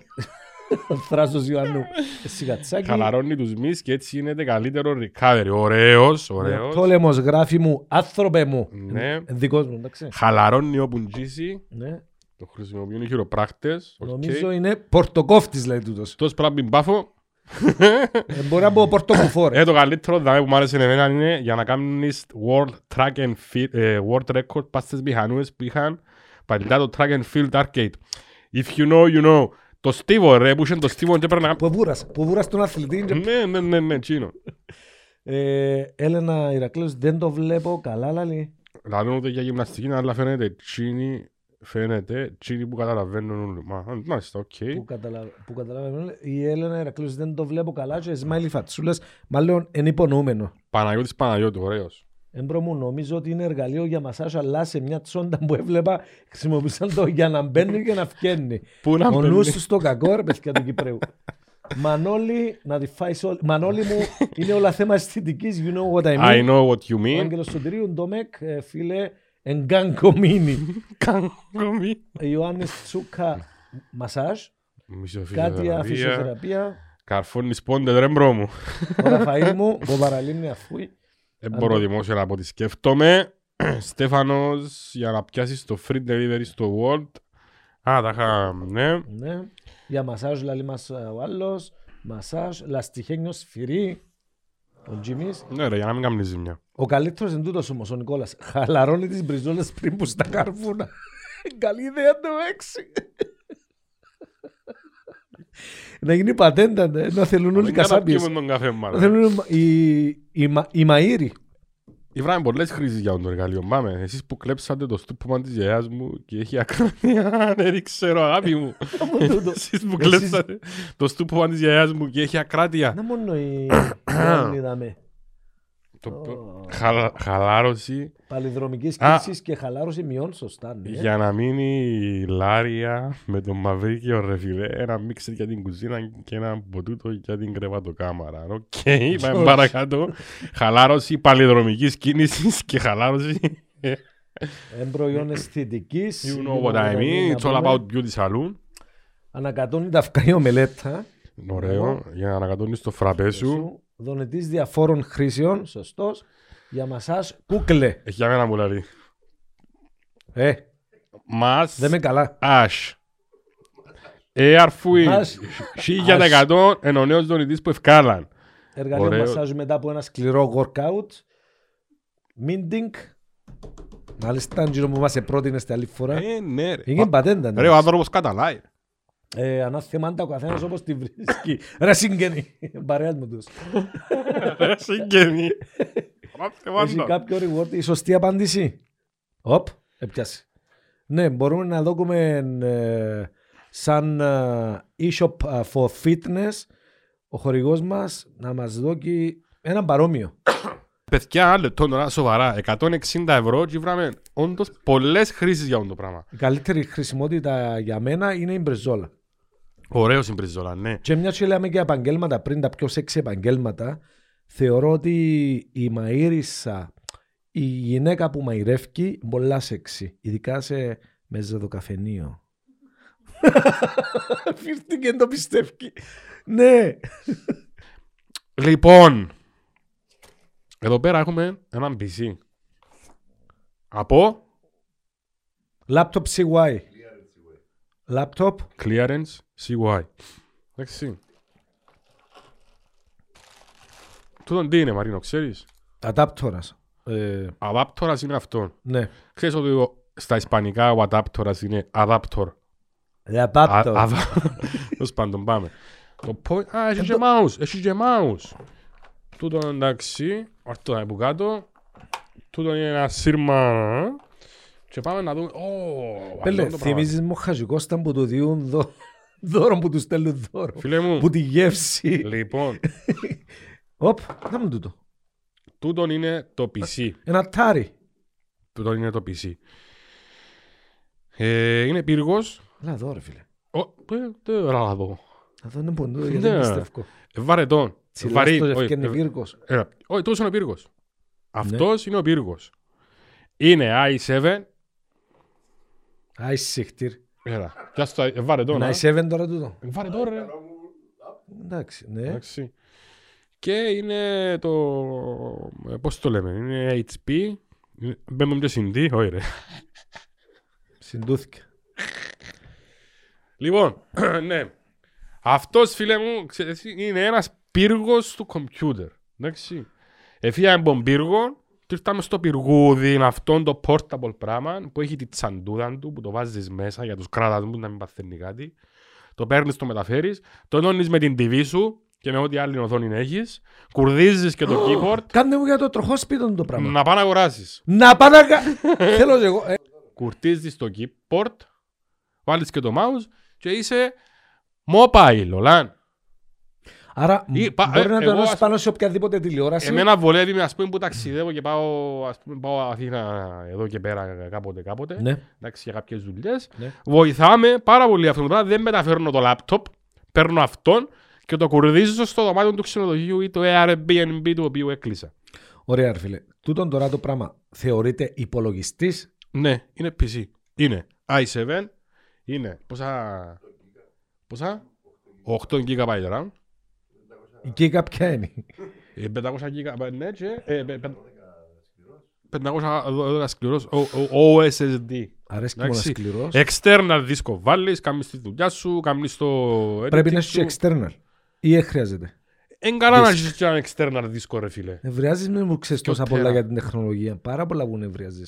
[SPEAKER 2] Θράσος Ιωαννού. Ε, Σιγατσάκι.
[SPEAKER 1] Χαλαρώνει τους μυς και έτσι γίνεται καλύτερο recovery. Ωραίος,
[SPEAKER 2] Ναι,
[SPEAKER 1] ωραίος.
[SPEAKER 2] Τόλεμο γράφει μου, άνθρωπε μου.
[SPEAKER 1] Ναι.
[SPEAKER 2] Δικός μου, εντάξει.
[SPEAKER 1] Χαλαρώνει όπου τζίσει.
[SPEAKER 2] Ναι.
[SPEAKER 1] Το χρησιμοποιούν οι χειροπράκτες. Οκ.
[SPEAKER 2] Νομίζω είναι πορτοκόφτης, λέει τούτος.
[SPEAKER 1] Αυτός πρέπει να μπει μπάφο.
[SPEAKER 2] Ε, Μπορεί να πω πορτοκουφόρ.
[SPEAKER 1] Ε, το καλύτερο δάμε που μου άρεσε εμένα είναι για να κάνεις world track and field, ε, world record πας στις μηχανούες που είχαν παλιά το track and field arcade. If you know, you know. Το στίβο ρε, που είχε το στίβο και πρέπει να...
[SPEAKER 2] Που βούρας, που βούρας τον αθλητή. και-
[SPEAKER 1] Ναι, ναι, ναι, ναι, τσίνο.
[SPEAKER 2] Ε, Έλενα Ηρακλέος, δεν το βλέπω καλά, λαλή.
[SPEAKER 1] Δηλαδή ούτε για γυμναστική, αλλά φαίνεται τσίνη, φαίνεται τσίνη που καταλαβαίνουν όλοι. Μα, α, μάλιστα, οκ.
[SPEAKER 2] Που, καταλα... που καταλαβαίνω, η Έλενα Ηρακλέος δεν το βλέπω καλά και Σμάιλι Φατσούλας, μάλλον είναι υπονοούμενο.
[SPEAKER 1] Παναγιώτης Παναγιώτου, ωραίος.
[SPEAKER 2] Έμπρο μου, νομίζω ότι είναι εργαλείο για μασάζ, αλλά σε μια τσόντα που έβλεπα χρησιμοποιούσαν το για να μπαίνει και να φκαίνει.
[SPEAKER 1] Πού να
[SPEAKER 2] Ο
[SPEAKER 1] μπαίνει.
[SPEAKER 2] νους του στο κακό, ρε παιδιά του Κυπρέου. Μανώλη, να τη φάει όλη. Μανώλη μου, είναι όλα θέμα αισθητικής, you know what I
[SPEAKER 1] I
[SPEAKER 2] mean.
[SPEAKER 1] know what you
[SPEAKER 2] Ο
[SPEAKER 1] mean.
[SPEAKER 2] Άγγελος Σωτηρίου, Ντομέκ, ε, φίλε,
[SPEAKER 1] [laughs]
[SPEAKER 2] εγκανκομίνη.
[SPEAKER 1] Καγκομί.
[SPEAKER 2] Ιωάννης Τσούκα, μασάζ,
[SPEAKER 1] Μισοφυσιοθεραπεία.
[SPEAKER 2] κάτι αφυσιοθεραπεία.
[SPEAKER 1] Καρφώνεις πόντε ρε μπρο μου.
[SPEAKER 2] Ο Ραφαήλ μου, ο παραλίμνη αφού.
[SPEAKER 1] Δεν Ε, μπορώ δημόσια να πω τι σκέφτομαι. [clears throat] Στέφανος, για να πιάσεις το free delivery στο World. Α, τα είχα, ναι.
[SPEAKER 2] Ναι. Για μασάζ λαλεί μας ε, ο άλλος. Μασάζ, λαστιχένιος σφυρί. Ο Τζιμις.
[SPEAKER 1] Ναι ρε, για να μην κάνεις ζημιά.
[SPEAKER 2] Ο καλύτερος είναι τούτος όμως ο Νικόλας. Χαλαρώνει τις μπριζόλες πριν που στα καρβούνα. [laughs] Καλή ιδέα το έξι. [laughs] Να γίνει πατέντα, ναι. να θέλουν όλοι οι
[SPEAKER 1] Δεν καταπιούμε
[SPEAKER 2] κασάπιες.
[SPEAKER 1] τον καφέ
[SPEAKER 2] Να
[SPEAKER 1] μας. ρε.
[SPEAKER 2] θέλουν οι, οι, μα- οι μαΐροι.
[SPEAKER 1] Ήβραμε πολλές χρήσεις για τον εργαλείο. Πάμε, εσείς που κλέψατε το στούπωμα της γιαγιάς μου και έχει [laughs] ακράνια, ναι, δεν ξέρω αγάπη μου.
[SPEAKER 2] Μόνο τούτο.
[SPEAKER 1] Εσείς που
[SPEAKER 2] Εσείς- Ναι.
[SPEAKER 1] κλέψατε το στούπωμα της γιαγιάς μου και έχει ακράτεια.
[SPEAKER 2] Να μόνο οι οι άλλοι είδαμε.
[SPEAKER 1] Το- χαλα- Χαλάρωση
[SPEAKER 2] Παλιδρομική
[SPEAKER 1] Α.
[SPEAKER 2] σκέψης και χαλάρωση μειών, σωστά. Ναι.
[SPEAKER 1] για να μείνει η Λάρια με τον Μαυρίκιο ρε φίλε. Ένα μίξερ για την κουζίνα και ένα ποτούτο για την κρεβατοκάμαρα. [laughs] Οκ, πάμε
[SPEAKER 2] George.
[SPEAKER 1] παρακάτω. Χαλάρωση παλιδρομικής κίνησης και χαλάρωση. [laughs]
[SPEAKER 2] Εν προϊόν αισθητική.
[SPEAKER 1] You know what I mean, it's all about beauty saloon.
[SPEAKER 2] Ανακατώνει τα φκαΐο μελέτα.
[SPEAKER 1] Ωραίο, Λοιπόν, για να ανακατώνεις το φραπέ σου.
[SPEAKER 2] Δονητή διαφόρων χρήσεων. Σωστός. Για μασάς κούκλε.
[SPEAKER 1] Έχει για μένα μου λέει.
[SPEAKER 2] Ε,
[SPEAKER 1] Μας
[SPEAKER 2] δεν με καλά.
[SPEAKER 1] Ασ. Air Fui.
[SPEAKER 2] Ας.
[SPEAKER 1] 1000% εν ο νέος δονητής που ευκάλαν.
[SPEAKER 2] Εργαλείο
[SPEAKER 1] Ωραίο.
[SPEAKER 2] μασάζ μετά από ένα σκληρό workout. Μίντινγκ. Μάλιστα, αν γύρω μου μας πρότεινε την άλλη φορά.
[SPEAKER 1] Ε, ναι ρε.
[SPEAKER 2] Είναι πατέντα. ναι.
[SPEAKER 1] Ρε, ο άνθρωπος καταλάει.
[SPEAKER 2] Ε, ανάθεμα τα ο καθένας όπως τη βρίσκει. Ρε συγγενή, παρέα μου τους.
[SPEAKER 1] Ρε,
[SPEAKER 2] [laughs]
[SPEAKER 1] συγγενή. Ράψε
[SPEAKER 2] Έχει
[SPEAKER 1] πάντα.
[SPEAKER 2] κάποιο reward, η σωστή απάντηση. Οπ, έπιασε. Ναι, μπορούμε να δούμε ε, σαν ε, e-shop ε, for fitness ο χορηγός μας να μας δώσει ένα παρόμοιο.
[SPEAKER 1] Παιδιά, λεπτό τώρα, σοβαρά. 160 ευρώ και βράμε όντως πολλές χρήσεις για αυτό το πράγμα.
[SPEAKER 2] Η καλύτερη χρησιμότητα για μένα είναι η μπρεζόλα.
[SPEAKER 1] Ωραίο συμπριζόλα, ναι.
[SPEAKER 2] Και μια και λέμε και επαγγέλματα πριν, τα πιο σεξι επαγγέλματα, θεωρώ ότι η μαΐρισα, η γυναίκα που μαϊρεύει, πολλά σεξι. Ειδικά σε [laughs] μεζεδοκαφενείο. Φύρθηκε το πιστεύει. Ναι.
[SPEAKER 1] Λοιπόν, εδώ πέρα έχουμε έναν PC. Από
[SPEAKER 2] Laptop CY. Laptop.
[SPEAKER 1] Clearance CY. Εντάξει. Τούτον τι είναι Μαρίνο, ξέρεις.
[SPEAKER 2] Adaptors. Ε,
[SPEAKER 1] Αδάπτορας είναι αυτό.
[SPEAKER 2] ναι.
[SPEAKER 1] Ξέρεις ότι ο- στα ισπανικά ο αδάπτορας είναι αδάπτορ. Α-
[SPEAKER 2] Adaptor.
[SPEAKER 1] αδα- Τέλος πάντων πάμε. Το point... Α, έχει και mouse, έχει και mouse. Τούτον εντάξει, αυτό είναι που κάτω. Τούτον είναι ένα σύρμα. Και πάμε να δούμε... Ω,
[SPEAKER 2] Πέλε,
[SPEAKER 1] άλλο το πράγμα.
[SPEAKER 2] θυμίζεις μου χαζικόσταν που του διούν δω- [laughs] δώρο που τους στέλνουν δώρο.
[SPEAKER 1] Φίλε μου,
[SPEAKER 2] Που τη γεύση.
[SPEAKER 1] λοιπόν,
[SPEAKER 2] Οπ, να μου τούτο.
[SPEAKER 1] τούτον είναι το PC.
[SPEAKER 2] Ένα τάρι.
[SPEAKER 1] Τούτο είναι το PC. Ε, είναι πύργος.
[SPEAKER 2] Έλα εδώ ρε φίλε.
[SPEAKER 1] Δεν ράβω.
[SPEAKER 2] Εδώ είναι ποντό, γιατί
[SPEAKER 1] Ναι.
[SPEAKER 2] δεν πιστεύω.
[SPEAKER 1] Βαρετό.
[SPEAKER 2] Τσιλάς το
[SPEAKER 1] όχι,
[SPEAKER 2] ευκένει
[SPEAKER 1] ε,
[SPEAKER 2] βίρκος.
[SPEAKER 1] ε, Όχι, τούτο είναι ο πύργος.
[SPEAKER 2] Ναι.
[SPEAKER 1] Αυτός είναι ο πύργος. Είναι i7.
[SPEAKER 2] Άισιχτήρ.
[SPEAKER 1] Έλα. Πιάσ' το, ε, βαρετό.
[SPEAKER 2] Να
[SPEAKER 1] να.
[SPEAKER 2] είσαι έβεν τώρα τούτο.
[SPEAKER 1] Ε, Βαρετό, ρε.
[SPEAKER 2] Εντάξει, ναι.
[SPEAKER 1] Εντάξει. Και είναι το. Πώς το λέμε, είναι HP. Ε, Μπαίνουμε πιο συντή, όχι ρε.
[SPEAKER 2] Συντούθηκε.
[SPEAKER 1] Λοιπόν, [clears throat] ναι. Αυτός φίλε μου ξέρεις, είναι ένας πύργος του κομπιούτερ. Εντάξει. Εφύγαμε από τον πύργο, και ήρθαμε στο πυργούδι, αυτό το portable πράγμα που έχει τη τσαντούδα του που το βάζεις μέσα για τους κράτασμού να μην παθαίνει κάτι. Το παίρνεις, το μεταφέρεις, το ενώνεις με την TV σου και με ό,τι άλλη οθόνη έχεις. Κουρδίζεις και το keyboard
[SPEAKER 2] Κάντε μου για το τροχό σπίτον το πράγμα.
[SPEAKER 1] να πάνε αγοράσεις.
[SPEAKER 2] Να πάω να
[SPEAKER 1] [laughs]
[SPEAKER 2] κα- Θέλω και εγώ. ε,
[SPEAKER 1] Κουρτίζεις το keyboard, βάλεις και το mouse και είσαι mobile, ολάν.
[SPEAKER 2] Άρα
[SPEAKER 1] Ή, πα-
[SPEAKER 2] μπορεί
[SPEAKER 1] ε,
[SPEAKER 2] να το
[SPEAKER 1] εγώ,
[SPEAKER 2] ενώσεις
[SPEAKER 1] ας-
[SPEAKER 2] πάνω σε οποιαδήποτε τηλεόραση.
[SPEAKER 1] Εμένα βολεύει με, ας πούμε, που ταξιδεύω και πάω, ας πούμε, πάω Αθήνα εδώ και πέρα κάποτε κάποτε.
[SPEAKER 2] Ναι.
[SPEAKER 1] Εντάξει, για κάποιες δουλειές.
[SPEAKER 2] Ναι.
[SPEAKER 1] Βοηθάμε πάρα πολύ αυτό το πράγμα. Δεν μεταφέρνω το λάπτοπ, παίρνω αυτόν και το κουρδίζω στο δωμάτιο του ξενοδοχείου ή το Airbnb του οποίου έκλεισα.
[SPEAKER 2] Ωραία ρε φίλε. Τούτον τώρα το πράγμα θεωρείται υπολογιστής.
[SPEAKER 1] Ναι, είναι PC. Είναι i7, είναι πόσα... Πόσα? 8 GB RAM.
[SPEAKER 2] Η Κίκα ποια είναι.
[SPEAKER 1] Ε, 500 γίγα, ε, ναι, και, ε, πε- πεν- 512 σκληρός ο- ο- OSSD.
[SPEAKER 2] Αρέσκει μου να
[SPEAKER 1] Εντάξει. Ε,
[SPEAKER 2] σκληρό.
[SPEAKER 1] External δίσκο βάλεις, κάνεις τη δουλειά σου, κάνεις το...
[SPEAKER 2] Πρέπει
[SPEAKER 1] editing
[SPEAKER 2] να
[SPEAKER 1] σου.
[SPEAKER 2] έχει external. Ή δεν χρειάζεται.
[SPEAKER 1] Εν καλά να έχεις και ένα external δίσκο ρε φίλε.
[SPEAKER 2] Νευριάζει με μου ξέρεις
[SPEAKER 1] Στο
[SPEAKER 2] τόσα πολλά
[SPEAKER 1] τέρα.
[SPEAKER 2] για την τεχνολογία. Πάρα πολλά που νευριάζει.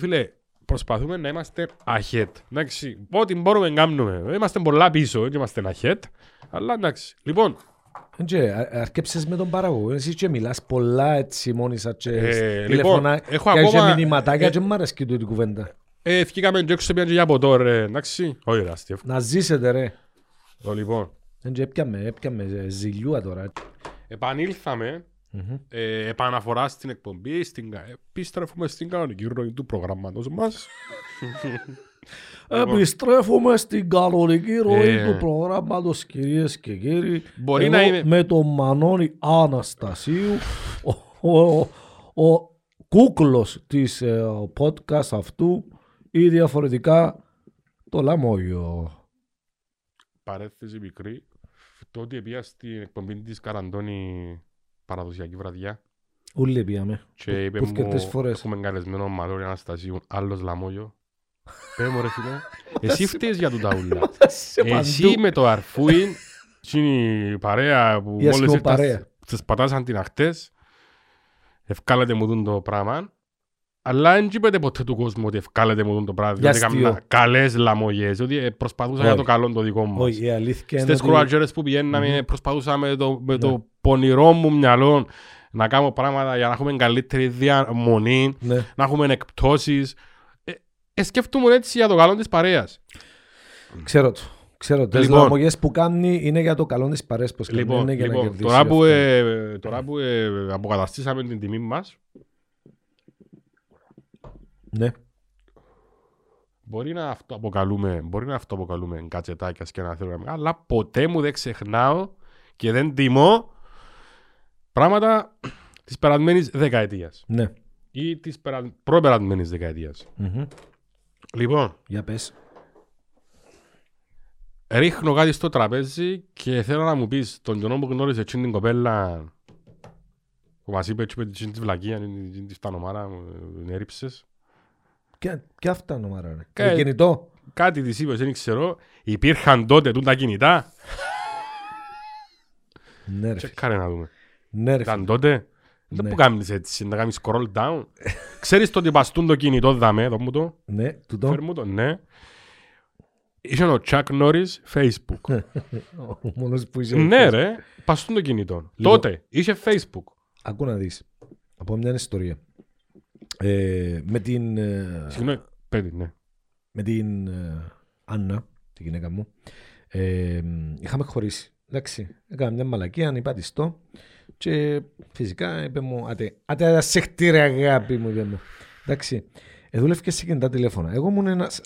[SPEAKER 1] Φίλε, προσπαθούμε να είμαστε ahead. Εντάξει, ό,τι μπορούμε να κάνουμε. Είμαστε πολλά πίσω, δεν είμαστε ahead. Αλλά εντάξει. Λοιπόν,
[SPEAKER 2] Αρκέψες με τον παραγωγό. Εσύ και μιλάς πολλά έτσι μόνοι σα.
[SPEAKER 1] Ε,
[SPEAKER 2] Τηλεφωνά.
[SPEAKER 1] λοιπόν, έχω
[SPEAKER 2] και έχεις
[SPEAKER 1] ακόμα-
[SPEAKER 2] μηνυματάκια
[SPEAKER 1] ε,
[SPEAKER 2] και μου αρέσκει τούτη η κουβέντα.
[SPEAKER 1] ε, φύγαμε και έξω πιάνε για ποτό ρε. Εντάξει. Όχι ρε, αστείο.
[SPEAKER 2] Να ζήσετε ρε.
[SPEAKER 1] Το, Λοιπόν,
[SPEAKER 2] Δεν και έπιαμε, έπιαμε ε, ζηλιούα τώρα.
[SPEAKER 1] επανήλθαμε
[SPEAKER 2] Μμμ.
[SPEAKER 1] ε, επαναφορά στην εκπομπή, στην... κα- επιστρέφουμε στην κανονική ροή του προγράμματος μας. Λοιπόν.
[SPEAKER 2] Επιστρέφουμε στην κανονική ροή
[SPEAKER 1] Ε.
[SPEAKER 2] του προγράμματος κυρίες και κύριοι.
[SPEAKER 1] Μπορεί
[SPEAKER 2] Εγώ
[SPEAKER 1] να είμαι-
[SPEAKER 2] Με τον Μανώνη Αναστασίου, ο, ο, ο κούκλος της ε, podcast αυτού ή διαφορετικά το λαμόγιο.
[SPEAKER 1] Παρέθεση μικρή, το ότι πήγα στην εκπομπή της Καραντώνη παραδοσιακή βραδιά
[SPEAKER 2] Ούλοι πήγαμε.
[SPEAKER 1] και είπε
[SPEAKER 2] που αρκετές
[SPEAKER 1] μου,
[SPEAKER 2] φορές.
[SPEAKER 1] έχουμε καλεσμένο Μαλόρι Αναστασίου, άλλος
[SPEAKER 2] [laughs]
[SPEAKER 1] λαμόγιο. Πέ μου ρε φίλε, εσύ φταίεις για τούτα ούλα. Εσύ με το αρφούιν, είναι η παρέα που
[SPEAKER 2] Η
[SPEAKER 1] μόλις
[SPEAKER 2] ασκοπαρέα.
[SPEAKER 1] ήρθα, τις πατάσαν την αχτές, ευκάλετε μου τούν το πράγμα. Αλλά δεν είπετε ποτέ του κόσμου ότι ευκάλετε μου τούν το πράγμα,
[SPEAKER 2] Για
[SPEAKER 1] διότι
[SPEAKER 2] αστείο.
[SPEAKER 1] έκανα καλές λαμόγες, ότι ε, προσπαθούσα για
[SPEAKER 2] Όχι.
[SPEAKER 1] το καλό το δικό μου.
[SPEAKER 2] Όχι, η αλήθεια είναι
[SPEAKER 1] Στις
[SPEAKER 2] ότι Ναι.
[SPEAKER 1] κουράτζερες που πηγαίναμε, προσπαθούσα με το, με το πονηρό μου μυαλό να κάνω πράγματα για να έχουμε καλύτερη διαμονή,
[SPEAKER 2] ναι.
[SPEAKER 1] να έχουμε εκπτώσεις. Ε, ε, σκέφτομαι έτσι για το καλό της παρέας.
[SPEAKER 2] ξέρω το. Ξέρω, τις
[SPEAKER 1] Λοιπόν.
[SPEAKER 2] λαμογές που κάνει είναι για το καλό της παρέας πως κάνει,
[SPEAKER 1] Λοιπόν,
[SPEAKER 2] είναι Ε, ναι, για να
[SPEAKER 1] λοιπόν
[SPEAKER 2] κερδίσει
[SPEAKER 1] τώρα, που,
[SPEAKER 2] αυτά.
[SPEAKER 1] ε, τώρα που ε, αποκαταστήσαμε την τιμή μας,
[SPEAKER 2] Ναι.
[SPEAKER 1] μπορεί να αυτοαποκαλούμε, μπορεί να αυτοαποκαλούμε κατσετάκια και να θέλουμε, αλλά ποτέ μου δεν ξεχνάω και δεν τιμώ πράγματα της περασμένης δεκαετίας
[SPEAKER 2] ναι.
[SPEAKER 1] ή της περα... προπερασμένης δεκαετίας.
[SPEAKER 2] Μμμ.
[SPEAKER 1] Λοιπόν,
[SPEAKER 2] Για πες.
[SPEAKER 1] ρίχνω κάτι στο τραπέζι και θέλω να μου πεις τον Γιονό που γνώρισε εκείνη την κοπέλα που μας είπε έτσι τη βλακία, εκείνη τη φτανομάρα, μου, την έριψες.
[SPEAKER 2] Ποια, ποια αυτά νομάρα ρε.
[SPEAKER 1] Κα-
[SPEAKER 2] Το κινητό.
[SPEAKER 1] Κάτι της είπες, δεν ξέρω. Υπήρχαν τότε τούτα κινητά.
[SPEAKER 2] Ναι ρε.
[SPEAKER 1] Τσεκάρε να δούμε.
[SPEAKER 2] Ναι ρε.
[SPEAKER 1] Ήταν τότε. Δεν
[SPEAKER 2] Ναι.
[SPEAKER 1] που κάνεις έτσι, να κάνεις scroll down. Ξέρεις το ότι παστούν το κινητό δαμέ, εδώ μου το.
[SPEAKER 2] Ναι, του το.
[SPEAKER 1] Φέρ μου το, ναι. Είχε ο Chuck Norris Facebook.
[SPEAKER 2] [laughs] Ο μόνος που είσαι.
[SPEAKER 1] Ναι ρε, παστούν το κινητό.
[SPEAKER 2] Λοιπόν.
[SPEAKER 1] Τότε είχε Facebook.
[SPEAKER 2] Ακού να δεις. Από μια ιστορία. Ε, με την, ε,
[SPEAKER 1] Συγγνώμη, παιδί, ναι.
[SPEAKER 2] με την ε, Άννα, τη γυναίκα μου, ε, είχαμε χωρίσει. Εντάξει, έκανα μια μαλακία, ανυπατιστώ και φυσικά είπε μου, άτε, άτε, άτε σε χτύρε αγάπη μου, είπε μου. Εντάξει, ε, δούλευκε σε κινητά τηλέφωνα. Εγώ ήμουν ένας,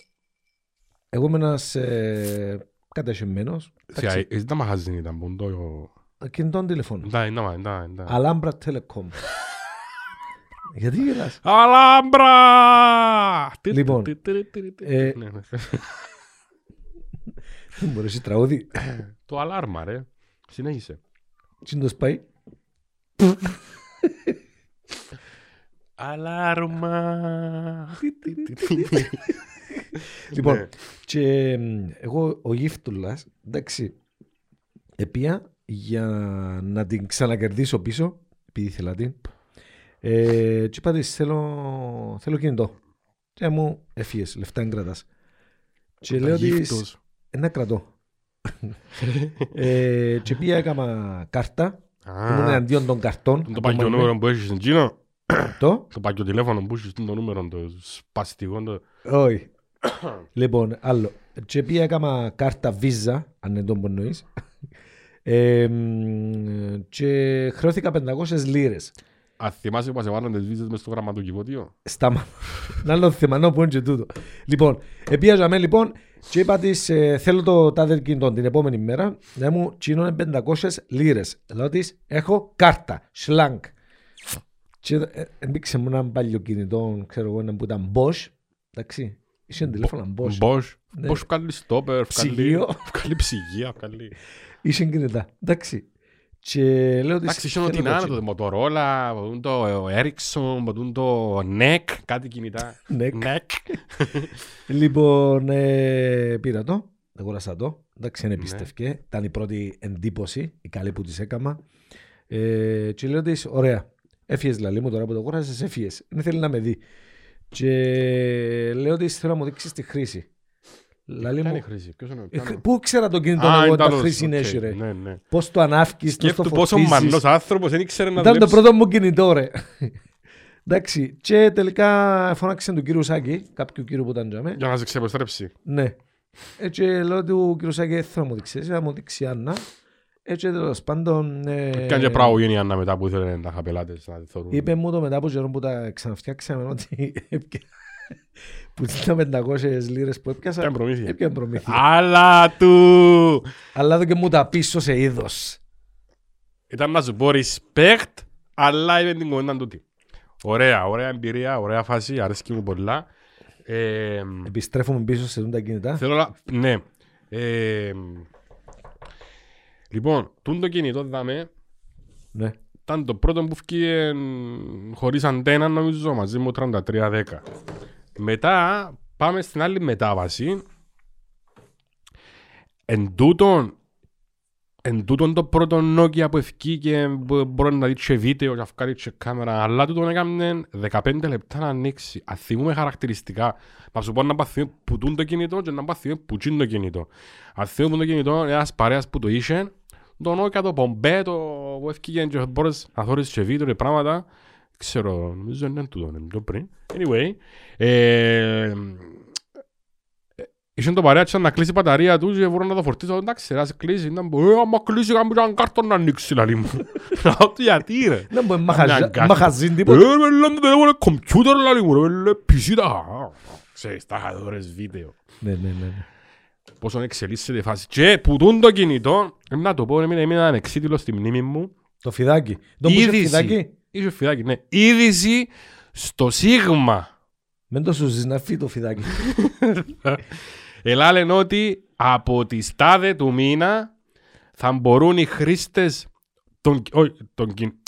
[SPEAKER 2] εγώ ήμουν ένας ε, κατασχεμένος,
[SPEAKER 1] Θεία, ε, Ήταν τα μαχαζίν ήταν που το...
[SPEAKER 2] κινητών τηλεφώνων.
[SPEAKER 1] Ήταν, ήταν, ήταν, ήταν.
[SPEAKER 2] Αλάμπρα Telecom. Γιατί γελάς.
[SPEAKER 1] Αλάμπρα! Τι-
[SPEAKER 2] Λοιπόν,
[SPEAKER 1] τι- τι- τι- τι-
[SPEAKER 2] ε,
[SPEAKER 1] Ναι, ναι.
[SPEAKER 2] Δεν μπορείς τραγούδι.
[SPEAKER 1] Το αλάρμα ρε. Συνέχισε.
[SPEAKER 2] Τι να πάει.
[SPEAKER 1] Αλάρμα. Ναι.
[SPEAKER 2] Λοιπόν, και εμ, εγώ ο γύφτουλας, εντάξει, επία για να την ξανακερδίσω πίσω, επειδή ήθελα την. Ε, και είπα της, θέλω, θέλω κινητό. Και μου έφυγες, λεφτά δεν κρατάς. Και λέω της, ένα
[SPEAKER 1] [laughs]
[SPEAKER 2] κρατώ. ε, και πήγα έκανα κάρτα, ήμουν εναντίον των καρτών.
[SPEAKER 1] Το
[SPEAKER 2] ακόμα
[SPEAKER 1] παγιο
[SPEAKER 2] είμαι.
[SPEAKER 1] νούμερο που έχεις στην Κίνα.
[SPEAKER 2] Το,
[SPEAKER 1] Το παγιο τηλέφωνο που έχεις το νούμερο το σπαστικό. το-
[SPEAKER 2] όχι. Λοιπόν, άλλο. Και πήγα έκανα κάρτα Visa, αν δεν τον που εννοείς. Ε, μ, και χρεώθηκα 500 λίρες.
[SPEAKER 1] Α, θυμάσαι που μας έβαλαν τις βίζες μες στο γραμματοκιβώτιο.
[SPEAKER 2] Σταμα... Ένα άλλο θέμα, να πω είναι και τούτο. Λοιπόν, επίαζαμε λοιπόν και είπα της, ε, θέλω το τάδε κινητό την επόμενη μέρα να μου τσίνωνε 500 λίρες. Λέω της, έχω κάρτα, σλάνκ. Και ε, έμπηξε μου έναν παλιό κινητό, ξέρω εγώ, ένα που ήταν Bosch. Εντάξει, είχε τηλέφωνα Bosch.
[SPEAKER 1] Μπόσ.
[SPEAKER 2] Ναι.
[SPEAKER 1] Μπόσ βγάλει στόπερ. βγάλει-
[SPEAKER 2] Ψυγείο.
[SPEAKER 1] Βγάλει ψυγεία. βγάλει-
[SPEAKER 2] Είσαι κινητά. Εντάξει. Και λέω ότι...
[SPEAKER 1] Εντάξει, είχε ότι είναι το Motorola, μπορούν το Ericsson, μπορούν το NEC, κάτι κινητά.
[SPEAKER 2] Ναι.
[SPEAKER 1] NEC. Ναι.
[SPEAKER 2] Λοιπόν, ε, πήρα το, αγόρασα το. Εντάξει,
[SPEAKER 1] Ναι.
[SPEAKER 2] δεν εμπιστευκέ. Ήταν η πρώτη εντύπωση, η καλή που της έκανα. Ε, και λέω της, ωραία, έφυγες λαλή μου τώρα που το αγόρασες, έφυγες. Δεν θέλει να με δει. Και λέω της, θέλω να μου δείξεις τη χρήση. Λαλή
[SPEAKER 1] Ποια είναι η
[SPEAKER 2] μου,
[SPEAKER 1] χρήση, ποιος είναι ο
[SPEAKER 2] «Ε, χρ-
[SPEAKER 1] ποιος
[SPEAKER 2] πού ξέρα το κινητό
[SPEAKER 1] είναι ο-
[SPEAKER 2] μου
[SPEAKER 1] Α,
[SPEAKER 2] εγώ τα
[SPEAKER 1] ήταν ο-
[SPEAKER 2] χρήση είναι
[SPEAKER 1] οκ,
[SPEAKER 2] έτσι ρε.
[SPEAKER 1] ναι, ναι.
[SPEAKER 2] Πώς το ανάφκεις, πώς το
[SPEAKER 1] Σκέφτου πόσο
[SPEAKER 2] φορτίζεις.
[SPEAKER 1] μανός άνθρωπος δεν ήξερε να
[SPEAKER 2] Ήταν το
[SPEAKER 1] δουλέψει.
[SPEAKER 2] πρώτο μου κινητό, ρε. Εντάξει. Και τελικά φώναξε τον κύριο Σάκη, κάποιου κύριου που ήταν τζαμέ.
[SPEAKER 1] Για να σε ξεπεστρέψει.
[SPEAKER 2] Ναι. Έτσι λέω του κύριου Σάκη, «Ε, θέλω να μου δείξεις, θα μου δείξει η Άννα. Έτσι τέλος πάντων. ε,
[SPEAKER 1] Κάνει και πράγμα γίνει η Άννα μετά που ήθελε να είχα πελάτες να τη θωρούν.
[SPEAKER 2] Είπε μου το μετά από καιρό που τα ξαναφτιάξαμε ότι έπια- που ήταν 500 λίρες που έπιασα,
[SPEAKER 1] Ήταν προμήθεια.
[SPEAKER 2] έπιαν προμήθεια.
[SPEAKER 1] Αλλά του!
[SPEAKER 2] Αλλά εδώ και μου τα πίσω σε είδος.
[SPEAKER 1] Ήταν να σου πω respect, αλλά είπε την κομμένα τούτη. Ωραία, ωραία εμπειρία, ωραία φάση, αρέσκει μου πολλά. Ε,
[SPEAKER 2] Επιστρέφουμε πίσω σε τούτα κινητά.
[SPEAKER 1] θέλω να... Ναι. Ε, λοιπόν, τούν το κινητό δάμε,
[SPEAKER 2] Ναι.
[SPEAKER 1] ήταν το πρώτο που βγήκε χωρίς αντένα νομίζω μαζί μου 33-10. Μετά πάμε στην άλλη μετάβαση. Εν τούτον, εν τούτον το πρώτο Nokia που ευκήκε που μπορεί να δει και βίντεο, να βγάλει και κάμερα, αλλά τούτον έκανε 15 λεπτά να ανοίξει. Αθυμούμε χαρακτηριστικά. Να σου πω να παθιούν που τούν το κινητό και να παθιούν που τσιν το κινητό. Αθυμούμε που το κινητό, ένας παρέας που το είχε, το Nokia, το Πομπέ, το που ευκήκε και μπορείς να θωρείς και βίντεο και πράγματα. Ξέρω, νομίζω είναι τούτο, είναι πιο πριν. Anyway, ε, Είχε το παρέα της να κλείσει η μπαταρία τους και μπορώ να το φορτίσω. Εντάξει, να σε κλείσει. Να μου, ε, άμα κλείσει κάμου έναν κάρτον να ανοίξει, λαλί μου. Να το γιατί ρε.
[SPEAKER 2] Δεν μπορεί
[SPEAKER 1] Μια γκάτα.
[SPEAKER 2] μαχαζίν
[SPEAKER 1] Ε,
[SPEAKER 2] τίποτα.
[SPEAKER 1] ρε, λέμε, δεν έχω κομπιούτερ, λαλί μου, ρε, λέ, PC τα. Α, Ξέρεις, τα είχα δώρες βίντεο.
[SPEAKER 2] Ναι, ναι, ναι, ναι.
[SPEAKER 1] Πόσο εξελίσσεται η φάση. Και που τούν το κινητό, ε, να το πω, έμεινα έμεινα ανεξίτηλος στη μνήμη μου.
[SPEAKER 2] Το φιδάκι. Το που είχε φιδάκι.
[SPEAKER 1] Είχε φιδάκι, ναι. Είδηση στο Σίγμα.
[SPEAKER 2] Μην το σου ζηναφεί το φιδάκι.
[SPEAKER 1] Ελά λένε ότι από τι τάδε του μήνα θα μπορούν οι χρήστες των. ό, των κιν-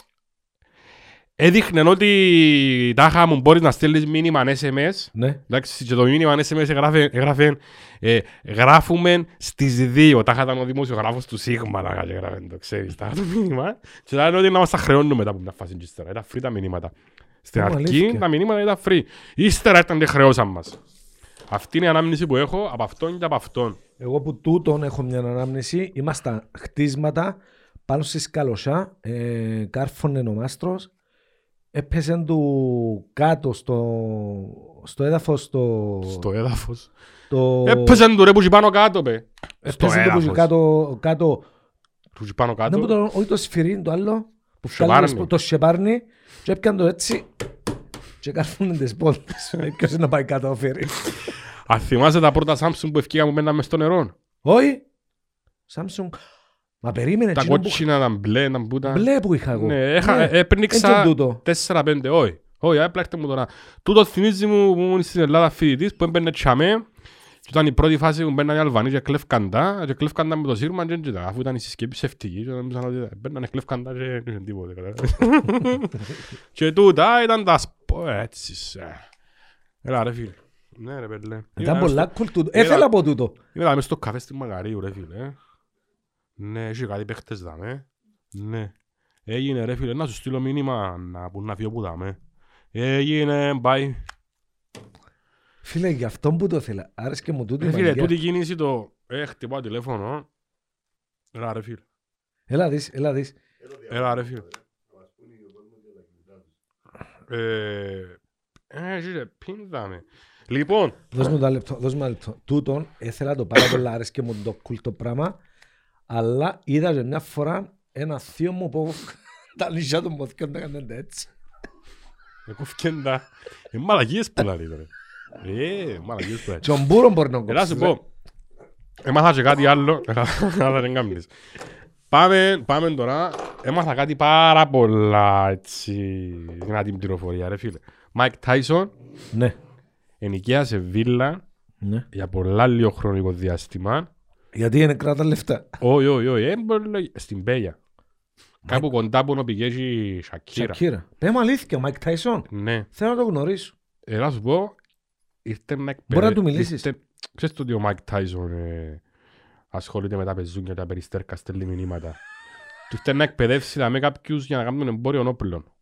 [SPEAKER 1] Έδειχναν ότι τάχα μου μπορείς να στέλνει μήνυμα SMS.
[SPEAKER 2] ναι.
[SPEAKER 1] Εντάξει, και το μήνυμα SMS έγραφε, έγραφε, ε, γράφουμε στις δύο. Τάχα ήταν ο δημοσιογράφος του Σίγμα. Τάχα και έγραφε, το ξέρεις. Τάχα το μήνυμα. Και λένε ότι να μας τα χρεώνουν μετά από μια φάση. και ύστερα. Ήταν free τα μηνύματα. Στην
[SPEAKER 2] Ω,
[SPEAKER 1] αρχή
[SPEAKER 2] αλήθεια.
[SPEAKER 1] τα μηνύματα ήταν free. Ύστερα ήταν τη χρεώσαν μας. Αυτή είναι η ανάμνηση που έχω από αυτόν και από αυτόν.
[SPEAKER 2] Εγώ που τούτον έχω μια ανάμνηση. Ήμασταν χτίσματα πάνω στη σκαλωσιά. Ε, κάρφωνε ο μάστρος. Έπεσε του κάτω στο, στο έδαφος το...
[SPEAKER 1] Στο έδαφος.
[SPEAKER 2] το
[SPEAKER 1] Έπεσε Ε, του ρε που ζει πάνω κάτω, παι.
[SPEAKER 2] έπεσε το που είχε κάτω, κάτω.
[SPEAKER 1] Του ζει πάνω
[SPEAKER 2] Δεν
[SPEAKER 1] κάτω.
[SPEAKER 2] μπορώ, όχι Ναι, το σφυρί, το άλλο. Που
[SPEAKER 1] Σεπάρνι.
[SPEAKER 2] βγάλανε σπο- Το σεπάρνι. Και έπιαν το έτσι. Και κάρφωνε τις πόρτες. Ε, Ποιος είναι να πάει κάτω ο φέρι.
[SPEAKER 1] Αν θυμάσαι τα πρώτα Samsung που ευκήγαμε μπαίναμε στο
[SPEAKER 2] Ε,
[SPEAKER 1] νερό.
[SPEAKER 2] Όχι. Samsung. Μα περίμενε.
[SPEAKER 1] Τα
[SPEAKER 2] εκείνο που-
[SPEAKER 1] κότσινα, τα μπλε, τα μπούτα.
[SPEAKER 2] Μπλε που είχα εγώ.
[SPEAKER 1] Ναι, έχα- ε, έπνιξα
[SPEAKER 2] Έτσι τούτο.
[SPEAKER 1] 4-5, όχι. Όχι, έπλακτε μου τώρα. Τούτο θυμίζει μου που ήμουν στην Ελλάδα φοιτητής που έμπαινε τσαμέ και ήταν η πρώτη φάση που μπαίνανε οι Αλβανοί και κλέφκαν τα και κλέφκαν τα με το σύρμα και έτσι τα. Αφού ήταν η συσκευή ψευτική και νόμιζαν ότι μπαίνανε κλέφκαν τα και δεν είχαν τίποτε.
[SPEAKER 2] [laughs]
[SPEAKER 1] καταλάβες. Και τούτα ήταν τα σπο... έτσι σε. Έλα ρε φίλε. Ναι ρε πέλε.
[SPEAKER 2] Ήταν πολλά cool τούτο. Ε,
[SPEAKER 1] Είδα-
[SPEAKER 2] Θέλω από τούτο.
[SPEAKER 1] Είμαι δάμε στο καφέ στη Μαγαρίου ρε φίλε. Ναι, έχει κάτι παίχτες δάμε. Ναι. Έγινε ρε φίλε, να σου στείλω μήνυμα να που να φύγω που δάμε. Έγινε, bye.
[SPEAKER 2] Φίλε, γι' αυτό που το ήθελα. Άρεσκε μου τούτη η
[SPEAKER 1] Ρε Ε, φίλε,
[SPEAKER 2] μαγεία.
[SPEAKER 1] τούτη κίνηση το... Ε, χτυπάω τηλέφωνο. Έλα ρε φίλε.
[SPEAKER 2] Έλα δεις, έλα δεις.
[SPEAKER 1] Έλα ρε φίλε. Ε, ε, ζήρε, πιν δάμε. Λοιπόν,
[SPEAKER 2] Δώσ' μου ένα λεπτό, δώσ' μου ένα λεπτό. Τούτον, έθελα το πάρα πολλά, άρεσκε μου το cool το πράγμα. Αλλά είδα και μια φορά ένα θείο μου που [laughs] τα νησιά του μοθηκιών τα έκαναν έτσι.
[SPEAKER 1] εγώ φκέντα. Ε, μαλαγίες που λαλείς τώρα. Ε, μαλαγίες που λαλείς.
[SPEAKER 2] Τζομπούρο μπορεί να κόψεις.
[SPEAKER 1] Ελά σου
[SPEAKER 2] ρε.
[SPEAKER 1] πω. Έμαθα και κάτι άλλο. Αλλά δεν κάνεις. Πάμε, πάμε τώρα. Έμαθα κάτι πάρα πολλά έτσι. Δυνατή πληροφορία, ρε φίλε. Μάικ Τάισον
[SPEAKER 2] Ναι,
[SPEAKER 1] ενοικίασε βίλα
[SPEAKER 2] ναι.
[SPEAKER 1] για πολλά λίγο χρονικό διάστημα.
[SPEAKER 2] Γιατί είναι κράτα λεφτά.
[SPEAKER 1] Όχι, όχι, όχι. έμπολε, Στην Πέγια. Κάπου κοντά που να πηγαίνει η Σακύρα.
[SPEAKER 2] Σακύρα. Πε μου αλήθεια, Μάικ Τάισον.
[SPEAKER 1] Ναι.
[SPEAKER 2] Θέλω να το γνωρίσω.
[SPEAKER 1] Ε, να σου πω, ήρθε να εκπαιδεύει.
[SPEAKER 2] Μπορεί να του μιλήσεις.
[SPEAKER 1] ήρθε- Ξέρεις το ότι ο Μάικ Τάιζον ε, ασχολείται με τα πεζούνια, τα περιστέρκα, στέλνει μηνύματα. Του ήρθε να εκπαιδεύσει να με κάποιους για να κάνουν εμπόριο όπλων.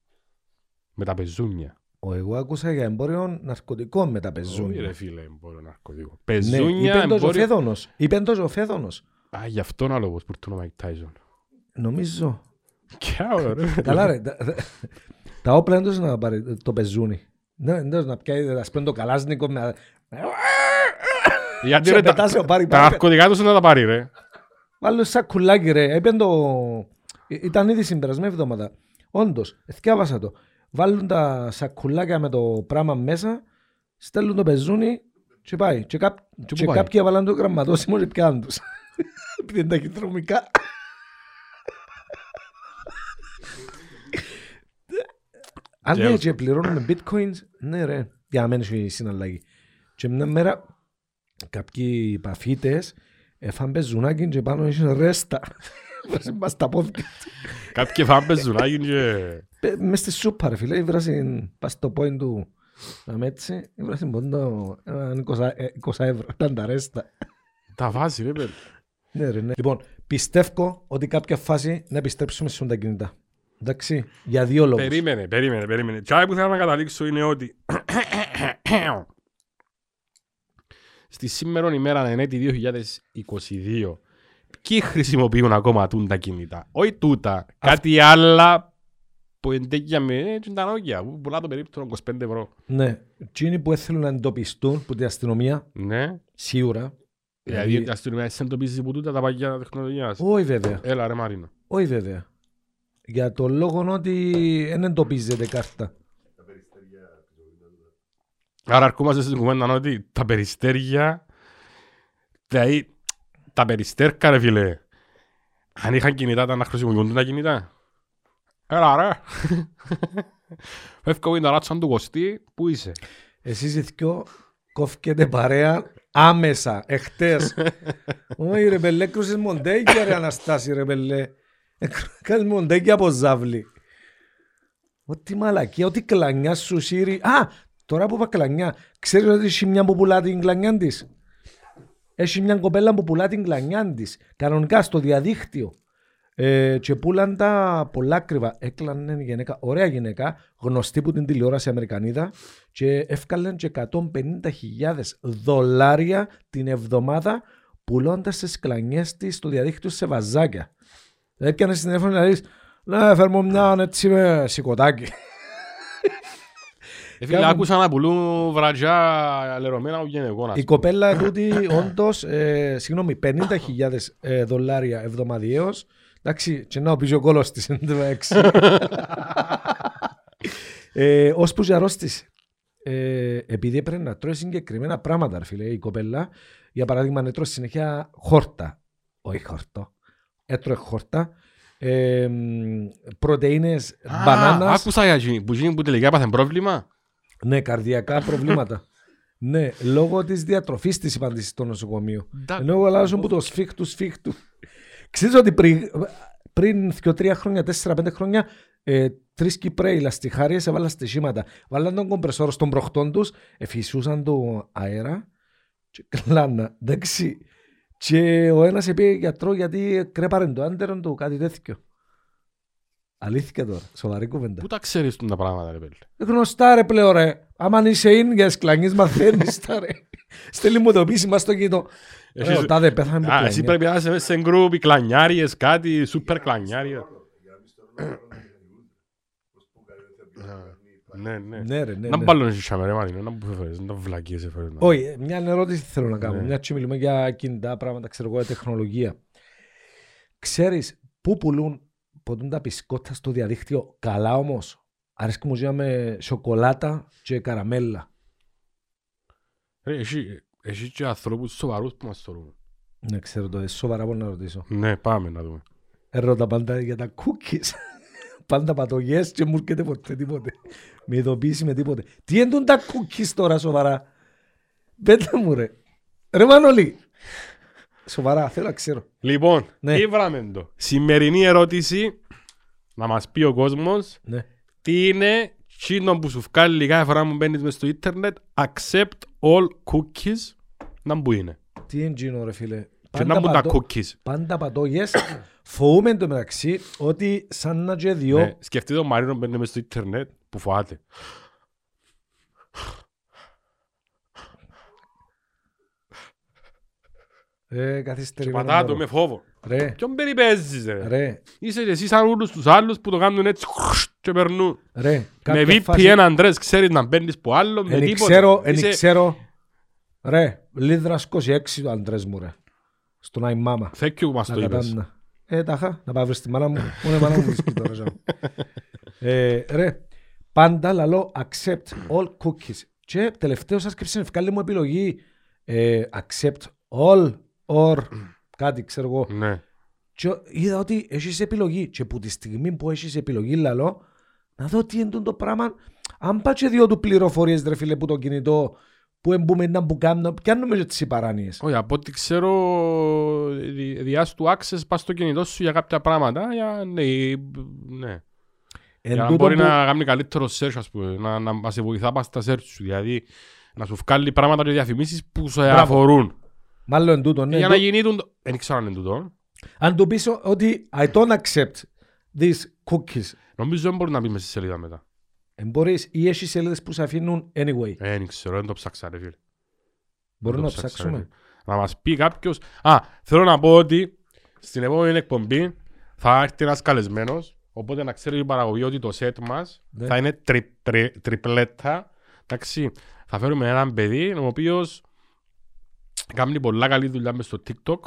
[SPEAKER 1] Με τα πεζούνια.
[SPEAKER 2] Ο, εγώ άκουσα για εμπόριο ναρκωτικών με τα
[SPEAKER 1] Όχι, ρε
[SPEAKER 2] πεζούνια.
[SPEAKER 1] φίλε, εμπόριο ναρκωτικό.
[SPEAKER 2] Ναι,
[SPEAKER 1] Πεζούνια,
[SPEAKER 2] είπε το
[SPEAKER 1] εμπόριο...
[SPEAKER 2] ζωφέδωνος. Είπε το ζωφέδωνος.
[SPEAKER 1] Α, γι' αυτόν άλλο λόγος που ήρθε ο Μάικ
[SPEAKER 2] [laughs]
[SPEAKER 1] Τάιζον.
[SPEAKER 2] Νομίζω.
[SPEAKER 1] Κι άλλο, ρε.
[SPEAKER 2] Καλά ρε. τα- [laughs] τα- Τα όπλα εντός να πάρει το πεζούνι. Ναι, εντός να πιάει, να σπέν το καλάσνικο. να-
[SPEAKER 1] [laughs] Γιατί
[SPEAKER 2] Σε
[SPEAKER 1] ρε, τα,
[SPEAKER 2] πετάζει ο Πάρη,
[SPEAKER 1] τα
[SPEAKER 2] Πάρη.
[SPEAKER 1] ναρκωτικά τους είναι να τα πάρει, ρε.
[SPEAKER 2] Βάλω σαν κουλάκι ρε. Είπε το... Ή- Ήταν ήδη στην περασμένη εβδομάδα. Όντως, θυκάβασα το. Βάλουν τα σακουλάκια με το πράγμα μέσα, στέλνουν το πεζούνι και πάει. Και, κάπ...
[SPEAKER 1] Και
[SPEAKER 2] και
[SPEAKER 1] πού πάει?
[SPEAKER 2] κάποιοι έβαλαν το γραμματόσημο και πιάνουν τους. [laughs] Επειδή είναι ταχυδρομικά. Αν
[SPEAKER 1] Και-
[SPEAKER 2] ναι, και πληρώνουμε bitcoins, ναι ρε, για να μένεις η συναλλαγή. Και μια μέρα κάποιοι παφίτες έφαν πεζουνάκι και πάνω είχε ρέστα. [laughs] Βράζει μπας τα πόδια.
[SPEAKER 1] Κάποιοι φάνε πεζουνάκι και...
[SPEAKER 2] Πε- Μες στη σούπα ρε φίλε, βράζει πας στο πόιν του να με έτσι, βράζει μόνο το έναν 20 ε, 20 ευρώ, ήταν τα ρέστα.
[SPEAKER 1] Τα βάζει, ρε, παιδί.
[SPEAKER 2] Ναι ρε ναι. Λοιπόν, πιστεύω ότι κάποια φάση να επιστρέψουμε σε τα κινητά. Εντάξει, για δύο λόγους.
[SPEAKER 1] Περίμενε, περίμενε, περίμενε. Τι άλλο που θέλω να καταλήξω είναι ότι [clears throat] στη σήμερα ημέρα, εν έτη 2022, ποιοι χρησιμοποιούν ακόμα τούν τα κινητά. Όχι τούτα, κάτι άλλα που εντέκια με ε, τζιν τα νόγια, που πουλά το περίπτωμα 25 ευρώ.
[SPEAKER 2] Ναι, εκείνοι που θέλουν να εντοπιστούν που την αστυνομία,
[SPEAKER 1] Ναι,
[SPEAKER 2] σίγουρα.
[SPEAKER 1] δηλαδή η αστυνομία σε εντοπίζει που τούτα τα παγιά τεχνολογίας.
[SPEAKER 2] Όχι βέβαια,
[SPEAKER 1] Έλα ρε Μαρίνο.
[SPEAKER 2] όχι βέβαια. Για το λόγο ότι δεν εντοπίζεται κάρτα.
[SPEAKER 1] Άρα αρκούμαστε στην κουβέντα ότι τα περιστέρια, δηλαδή τα περιστέρκα ρε φίλε, αν είχαν κινητά ήταν να χρησιμοποιούν τα κινητά. Έλα ρε. Φεύγω είναι τα ράτσαν του Κωστή, πού είσαι.
[SPEAKER 2] Εσείς οι δυο κόφκετε παρέα άμεσα, εχθές. Όχι ρε μπελέ, κρούσες μοντέγια ρε Αναστάση ρε μπελέ. Ε, κρου- Κάνεις μοντέγια από ζάβλη. Ό,τι μαλακία, ό,τι κλανιά σου σύρει. Α, τώρα που είπα κλανιά, ξέρεις ότι έχει μια που πουλά την κλανιά της. Έχει μια κοπέλα που πουλά την κλανιά της, κανονικά στο διαδίκτυο. Ε, και πουλαν τα πολλά κρυβά. Έκλανε η γυναίκα, ωραία γυναίκα, γνωστή που την τηλεόραση Αμερικανίδα και έφκαλαν και 150.000 δολάρια την εβδομάδα πουλώντας τις κλανιές της στο διαδίκτυο σε βαζάκια. Δηλαδή πιάνε τηλέφωνο να λέει Ναι, φέρνω μια έτσι με σηκωτάκι.
[SPEAKER 1] Ε, φίλε,
[SPEAKER 2] Κάμουν-
[SPEAKER 1] άκουσα να πουλούν βραγιά λερωμένα μου βγαίνει εγώ να
[SPEAKER 2] Η
[SPEAKER 1] σου πω.
[SPEAKER 2] κοπέλα τούτη όντως, ε, συγγνώμη, 50.000 ε, δολάρια εβδομαδιαίως. Εντάξει, και να ο ο κόλος της είναι το ε, Ώσπου για αρρώστηση. Ε, επειδή έπρεπε να τρώει συγκεκριμένα πράγματα, ρε φίλε, η κοπέλα. Για παράδειγμα, να τρώει συνέχεια χόρτα. Όχι χόρτο. Έτρωε χόρτα. Ε, Πρωτενε,
[SPEAKER 1] Α,
[SPEAKER 2] μπανάνας.
[SPEAKER 1] Άκουσα για εκείνη, που εκείνη που τελικά έπαθεν πρόβλημα.
[SPEAKER 2] Ναι, καρδιακά προβλήματα. ναι, λόγω της διατροφής της υπάντηση στο νοσοκομείο.
[SPEAKER 1] Ντα-
[SPEAKER 2] Ενώ εγώ λάζω που το σφίχτου σφίχτου. Ξέρεις ότι πριν, πριν 2-3 χρόνια, 4-5 χρόνια, ε, τρεις Κυπρέοι λαστιχάριες έβαλαν στη σήματα. Βάλαν τον κομπρεσόρο στον προχτών του, εφησούσαν το αέρα και κλάνα. Εντάξει. Και ο ένας είπε γιατρό γιατί κρέπαρε το άντερον του, κάτι τέτοιο. Αλήθεια τώρα, σοβαρή κουβέντα.
[SPEAKER 1] Πού τα ξέρεις τούτα πράγματα ρε πέλε.
[SPEAKER 2] Γνωστά ρε πλέον ρε. Άμα αν είσαι ίν για σκλανείς μαθαίνεις τα ρε. Στέλνει μου το πείσμα στο κινητό. Ρε,
[SPEAKER 1] Εσείς-
[SPEAKER 2] ο τάδε πέθανε
[SPEAKER 1] Α,
[SPEAKER 2] με
[SPEAKER 1] εσύ
[SPEAKER 2] κλανιά.
[SPEAKER 1] πρέπει να είσαι μέσα σε γκρουπ, οι κλανιάριες, κάτι, σούπερ κλανιάριες. Ναι, ναι.
[SPEAKER 2] Ναι ρε, ναι, ε,
[SPEAKER 1] Να
[SPEAKER 2] ναι.
[SPEAKER 1] μπάλωνε εσύ ρε Μαρίνο, να μου φέρεις, να βλακίες έφερες. να-
[SPEAKER 2] Όχι, μια ερώτηση θέλω να κάνω.
[SPEAKER 1] Ναι.
[SPEAKER 2] Μια και μιλούμε για κινητά πράγματα, ξέρω εγώ, για τεχνολογία. Ξέρεις πού πουλούν ποτούν τα μπισκότα στο διαδίκτυο καλά όμως. Αρέσκει μου ζήμα με σοκολάτα και καραμέλα.
[SPEAKER 1] Ρε, εσύ- Εσύ και ανθρώπους σοβαρούς που μας θεωρούν.
[SPEAKER 2] Ναι, ξέρω το, ε, σοβαρά μπορώ να ρωτήσω.
[SPEAKER 1] Ναι, πάμε να δούμε.
[SPEAKER 2] Ερώτα πάντα για τα cookies. [laughs] πάντα πατογιές και μου έρχεται ποτέ τίποτε. Με ειδοποίηση με τίποτε. Τι έντουν τα cookies τώρα σοβαρά. Πέτα μου ρε. Ρε Μανώλη. Σοβαρά, θέλω να ξέρω.
[SPEAKER 1] Λοιπόν,
[SPEAKER 2] Ναι.
[SPEAKER 1] ήβραμε το. Σημερινή ερώτηση να μας πει ο κόσμος
[SPEAKER 2] Ναι.
[SPEAKER 1] τι είναι τσίνο που σου βγάλει κάθε φορά που μπαίνεις μες στο ίντερνετ accept all cookies να που είναι.
[SPEAKER 2] Τι εντζίνο ρε φίλε.
[SPEAKER 1] Και να που τα
[SPEAKER 2] πατώ-
[SPEAKER 1] cookies.
[SPEAKER 2] πάντα πατώ yes. Φοβούμαι εν τω μεταξύ ότι σαν να και δυο...
[SPEAKER 1] Ναι, σκεφτείτε ο Μαρίνο μπαίνει μες στο ίντερνετ που φοβάται.
[SPEAKER 2] Ρε, καθυστερημένο
[SPEAKER 1] Πατά το
[SPEAKER 2] μωρό.
[SPEAKER 1] με φόβο.
[SPEAKER 2] Ρε,
[SPEAKER 1] Ποιον περιπέζεις ρε.
[SPEAKER 2] ρε,
[SPEAKER 1] Είσαι και εσύ σαν όλους τους άλλους που το κάνουν έτσι χρουσ, και περνούν.
[SPEAKER 2] ρε.
[SPEAKER 1] Με
[SPEAKER 2] κάποια φάση-
[SPEAKER 1] VPN Αντρές ξέρεις να μπαίνεις που άλλο, με
[SPEAKER 2] Εν
[SPEAKER 1] τίποτα.
[SPEAKER 2] ξέρω, εν
[SPEAKER 1] Είσαι-
[SPEAKER 2] ξέρω. Ρε, Λίδρας 26 ο Αντρές μου ρε. Στον Άι Μάμα.
[SPEAKER 1] Thank you που μας
[SPEAKER 2] Να
[SPEAKER 1] το είπες.
[SPEAKER 2] κατάμνα. Ε, τάχα, να πάω βρεις τη μάνα μου. Μόνο η μάνα μου βρίσκει τώρα. ζάω. ε, ρε, πάντα λαλώ accept all cookies. Και τελευταίο σας κρύψε με ευκάλη μου επιλογή ε, accept all or κάτι ξέρω εγώ.
[SPEAKER 1] Ναι.
[SPEAKER 2] Και είδα ότι έχεις επιλογή. Και που τη στιγμή που έχεις επιλογή, λαλώ, να δω τι είναι το πράγμα. Αν πάω και δύο του πληροφορίες, ρε φίλε, που το κινητό, που εμπούμε να που κάνω, πιάνουμε και τις παράνοιες.
[SPEAKER 1] Όχι, από ό,τι ξέρω, δι- διάς του access πας στο κινητό σου για κάποια πράγματα, για, ναι, ναι.
[SPEAKER 2] Εν
[SPEAKER 1] για να
[SPEAKER 2] τούτο
[SPEAKER 1] μπορεί
[SPEAKER 2] που-
[SPEAKER 1] να κάνει καλύτερο search, ας πούμε, να, να, να σε βοηθά πας στα search σου, δηλαδή να σου βγάλει πράγματα και διαφημίσεις που σε
[SPEAKER 2] Μπράβο.
[SPEAKER 1] αφορούν.
[SPEAKER 2] Μάλλον εν τούτο, ναι.
[SPEAKER 1] για
[SPEAKER 2] εν
[SPEAKER 1] να
[SPEAKER 2] τούτο-
[SPEAKER 1] γίνει τούτο, δεν ξέρω αν είναι τούτο.
[SPEAKER 2] Αν του πεις ότι I don't accept these cookies,
[SPEAKER 1] Νομίζω δεν μπορεί να μπει μέσα στη σελίδα μετά.
[SPEAKER 2] ε, μπορείς ή έχεις σελίδες που σε αφήνουν anyway.
[SPEAKER 1] Ε, Δεν ξέρω, δεν το ψάξα ρε φίλε.
[SPEAKER 2] Μπορούμε
[SPEAKER 1] Δεν
[SPEAKER 2] να
[SPEAKER 1] το ψάξα,
[SPEAKER 2] ψάξουμε.
[SPEAKER 1] ρε. Να μας πει κάποιος... Α, θέλω να πω ότι στην επόμενη εκπομπή θα έρθει ένας καλεσμένος, οπότε να ξέρει η παραγωγή ότι το σετ μας
[SPEAKER 2] Ναι.
[SPEAKER 1] θα είναι τρι, τρι, τριπλέτα. Εντάξει, θα φέρουμε έναν παιδί ο οποίος κάνει πολλά καλή δουλειά μες στο TikTok,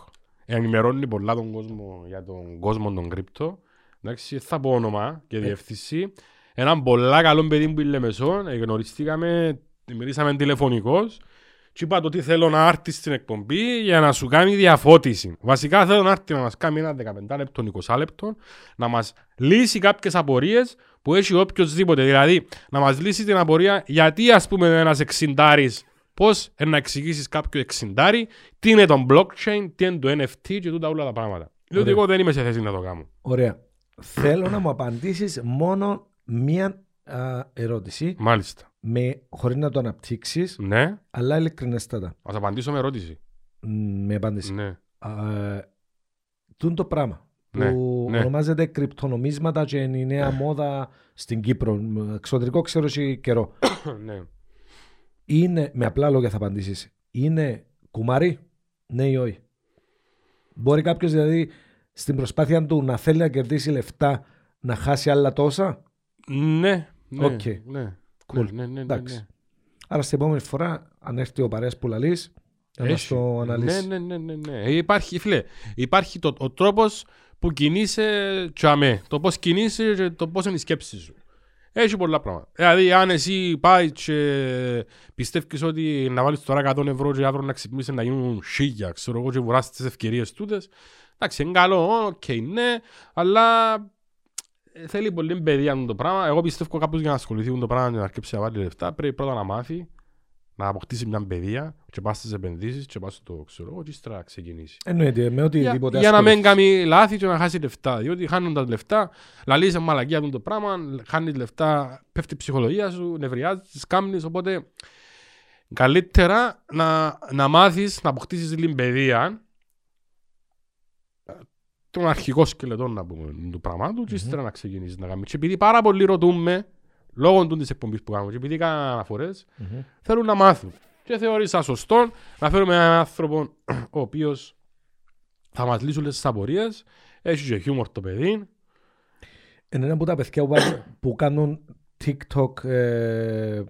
[SPEAKER 1] ενημερώνει πολλά τον κόσμο για τον κόσμο των κρύπτο. Εντάξει, θα πω όνομα
[SPEAKER 2] Ναι.
[SPEAKER 1] και διευθυνσή. Έναν πολλά καλό παιδί που είναι μεσόν, γνωριστήκαμε, μιλήσαμε τηλεφωνικώς και είπα το τι θέλω να έρθει στην εκπομπή για να σου κάνει διαφώτιση. Βασικά θέλω να έρθει να μας κάνει ένα 15 λεπτό, 20 λεπτό, να μας λύσει κάποιες απορίες που έχει οποιοδήποτε. Δηλαδή, να μας λύσει την απορία γιατί ας πούμε ένας εξιντάρης, πώς ε, να εξηγήσεις κάποιο εξιντάρι, τι είναι το blockchain, τι είναι το NFT και τούτα όλα τα πράγματα. Διότι
[SPEAKER 2] Ωραία.
[SPEAKER 1] εγώ δεν είμαι σε θέση να το κάνω.
[SPEAKER 2] Ωραία. Θέλω να μου απαντήσεις μόνο μία α, ερώτηση,
[SPEAKER 1] Μάλιστα.
[SPEAKER 2] με, χωρίς να το αναπτύξεις,
[SPEAKER 1] Ναι,
[SPEAKER 2] αλλά ειλικρινέστατα.
[SPEAKER 1] ας απαντήσω με ερώτηση.
[SPEAKER 2] Μ, Με απάντηση.
[SPEAKER 1] Ναι.
[SPEAKER 2] Ε, Τούν το πράγμα
[SPEAKER 1] Ναι,
[SPEAKER 2] που
[SPEAKER 1] ναι. Ε.
[SPEAKER 2] ονομάζεται κρυπτονομίσματα και είναι η νέα μόδα στην Κύπρο. Μ, Εξωτερικό ξέρω εσύ καιρό.
[SPEAKER 1] ναι.
[SPEAKER 2] Είναι, με απλά λόγια θα απαντήσεις, είναι κουμάρι, ναι ή όχι. Μπορεί κάποιος δηλαδή στην προσπάθεια του να θέλει να κερδίσει λεφτά να χάσει άλλα τόσα.
[SPEAKER 1] Ναι, ναι,
[SPEAKER 2] Οκ.
[SPEAKER 1] ναι.
[SPEAKER 2] Cool.
[SPEAKER 1] Ναι, ναι, ναι,
[SPEAKER 2] Εντάξει.
[SPEAKER 1] ναι.
[SPEAKER 2] Άρα στην επόμενη φορά, αν έρθει ο παρέας που λαλείς, να μας
[SPEAKER 1] Έχει.
[SPEAKER 2] το αναλύσεις.
[SPEAKER 1] Ναι, ναι, ναι, ναι, ναι. Ε, Υπάρχει, φίλε, υπάρχει το, ο τρόπος που κινείσαι τσαμέ. Το πώς κινείσαι και το πώς είναι η σκέψη σου. Έχει πολλά πράγματα. Δηλαδή, αν εσύ πάεις και πιστεύεις ότι να βάλεις τώρα 100 ευρώ και αύριο να ξυπνήσεις να γίνουν χίλια, ξέρω εγώ, και βουράσει τις ευκαιρίες τούτες. Εντάξει, είναι καλό, οκ, ναι, αλλά ε, θέλει πολύ παιδεία το πράγμα. Εγώ πιστεύω κάποιος για να ασχοληθεί με το πράγμα και να αρκέψει να βάλει λεφτά πρέπει πρώτα να μάθει να αποκτήσει μια παιδεία και πας στις επενδύσεις και πας στο ξέρω εγώ και ύστερα να ξεκινήσεις.
[SPEAKER 2] Εννοείται, με
[SPEAKER 1] Για,
[SPEAKER 2] οτιδήποτε
[SPEAKER 1] για να μην
[SPEAKER 2] ασχολείσαι.
[SPEAKER 1] κάνει λάθη και να χάσει λεφτά. Διότι χάνουν τα λεφτά, λαλείς σε μαλακία του το πράγμα, χάνεις λεφτά, πέφτει η ψυχολογία σου, νευριάζεις, κάμνεις, οπότε καλύτερα να, να μάθεις, να αποκτήσεις λίγο παιδεία τον αρχικό σκελετό να πούμε του πράγματο και ύστερα να ξεκινήσεις να κάνεις. Και επειδή πάρα πολλοί ρωτούμε, λόγω του της εκπομπής που κάνουμε και επειδή κάναμε αναφορές,
[SPEAKER 2] Μμμ.
[SPEAKER 1] θέλουν να μάθουν. Και θεώρησα σωστό να φέρουμε έναν άνθρωπο ο οποίος θα μας λύσει όλες τις απορίες. Έχει και χιούμορ το παιδί.
[SPEAKER 2] Είναι ένα από τα παιδιά που, πάνε- που κάνουν TikTok ε,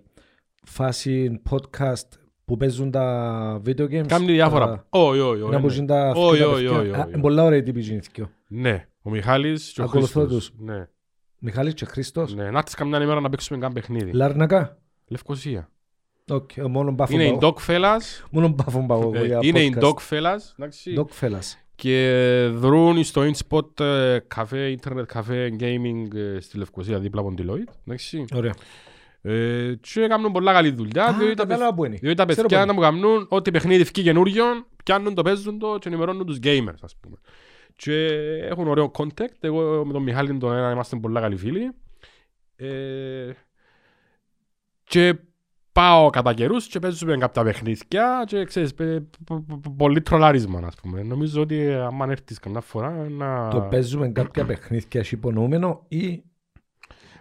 [SPEAKER 2] φάση podcast που παίζουν τα video games.
[SPEAKER 1] Κάνει
[SPEAKER 2] Τα-
[SPEAKER 1] διάφορα. Όχι, όχι, ναι,
[SPEAKER 2] Είναι από
[SPEAKER 1] όχι.
[SPEAKER 2] τζιν τα
[SPEAKER 1] Όχι,
[SPEAKER 2] θκυο τα
[SPEAKER 1] όχι,
[SPEAKER 2] παιδιά.
[SPEAKER 1] όχι,
[SPEAKER 2] Α,
[SPEAKER 1] όχι.
[SPEAKER 2] είναι Πολλά ωραία τύπη γεννηθήκιο.
[SPEAKER 1] Ναι, ο Μιχάλης και ο
[SPEAKER 2] Ακολουθώ
[SPEAKER 1] Χρήστος.
[SPEAKER 2] τους.
[SPEAKER 1] Ναι,
[SPEAKER 2] Μιχάλης και Χρήστος.
[SPEAKER 1] ναι. Να έρθεις καμιά ημέρα να παίξουμε καν παιχνίδι.
[SPEAKER 2] Λάρνακα.
[SPEAKER 1] Λευκοσία.
[SPEAKER 2] Οκ, μόνο μπάφον
[SPEAKER 1] Είναι η
[SPEAKER 2] παγώ.
[SPEAKER 1] Dog Fellas.
[SPEAKER 2] Μόνο μπάφον παγώ εγώ
[SPEAKER 1] ε,
[SPEAKER 2] για
[SPEAKER 1] Είναι η
[SPEAKER 2] podcast.
[SPEAKER 1] Dog Fellas. εντάξει.
[SPEAKER 2] Doc Fellas.
[SPEAKER 1] Και δρούν στο InSpot ε, καφέ, internet καφέ, gaming ε, στη Λευκοσία δίπλα από την Deloitte. εντάξει.
[SPEAKER 2] Ωραία.
[SPEAKER 1] Ε, Και κάνουν πολλά καλή δουλειά.
[SPEAKER 2] Α,
[SPEAKER 1] διότι τα
[SPEAKER 2] κατάλαβα που είναι.
[SPEAKER 1] Διότι τα
[SPEAKER 2] Ξέρω
[SPEAKER 1] παιδιά
[SPEAKER 2] που
[SPEAKER 1] να μου κάνουν ό,τι παιχνίδι ευκεί καινούριο, πιάνουν το, παίζουν το και ενημερώνουν τους gamers, ας πούμε. Και έχουν ωραίο contact. Εγώ με τον Μιχάλη τον ένα είμαστε πολλά καλοί φίλοι. Ε, και πάω κατά καιρούς και παίζουμε κάποια παιχνίδια και ξέρεις, παι- πο- πο- πο- πολύ τρολάρισμα ας πούμε. Νομίζω ότι αν έρθεις καμιά φορά να...
[SPEAKER 2] Το παίζουμε κάποια παιχνίδια σε υπονοούμενο ή
[SPEAKER 1] Παίζουμε-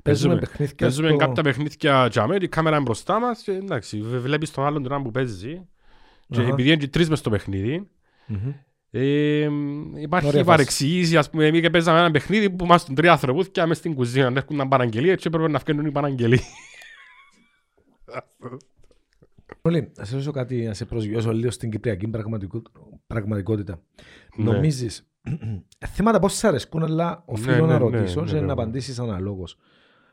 [SPEAKER 2] παίζουμε παιχνίδια
[SPEAKER 1] Παίζουμε
[SPEAKER 2] στο-
[SPEAKER 1] κάποια παιχνίδια τζαμέ, η κάμερα είναι μπροστά μας και εντάξει, βε- βλέπεις τον άλλον τον άλλον που παίζει και
[SPEAKER 2] Αχα.
[SPEAKER 1] επειδή είναι και τρεις μες στο παιχνίδι
[SPEAKER 2] Μμμ.
[SPEAKER 1] ε, υπάρχει
[SPEAKER 2] Ωραία
[SPEAKER 1] η
[SPEAKER 2] φάση.
[SPEAKER 1] παρεξήγηση, ας πούμε, εμείς και παίζαμε ένα παιχνίδι που είμαστε τρία ανθρωπούθηκια μες στην κουζίνα, να έρχονταν παραγγελίες και έπρεπε να φτιάχνουν οι
[SPEAKER 2] [laughs]
[SPEAKER 1] παραγγελίες.
[SPEAKER 2] Πολύ, να σε ρωτήσω κάτι, να σε προσγειώσω λίγο στην κυπριακή πραγματικο- πραγματικότητα.
[SPEAKER 1] Ναι.
[SPEAKER 2] Νομίζεις, [clears throat] θέματα πώς σ' αρέσκουν, αλλά οφείλω
[SPEAKER 1] ναι, ναι,
[SPEAKER 2] να ρωτήσω
[SPEAKER 1] ναι,
[SPEAKER 2] και να
[SPEAKER 1] βέβαια.
[SPEAKER 2] απαντήσεις αναλόγως.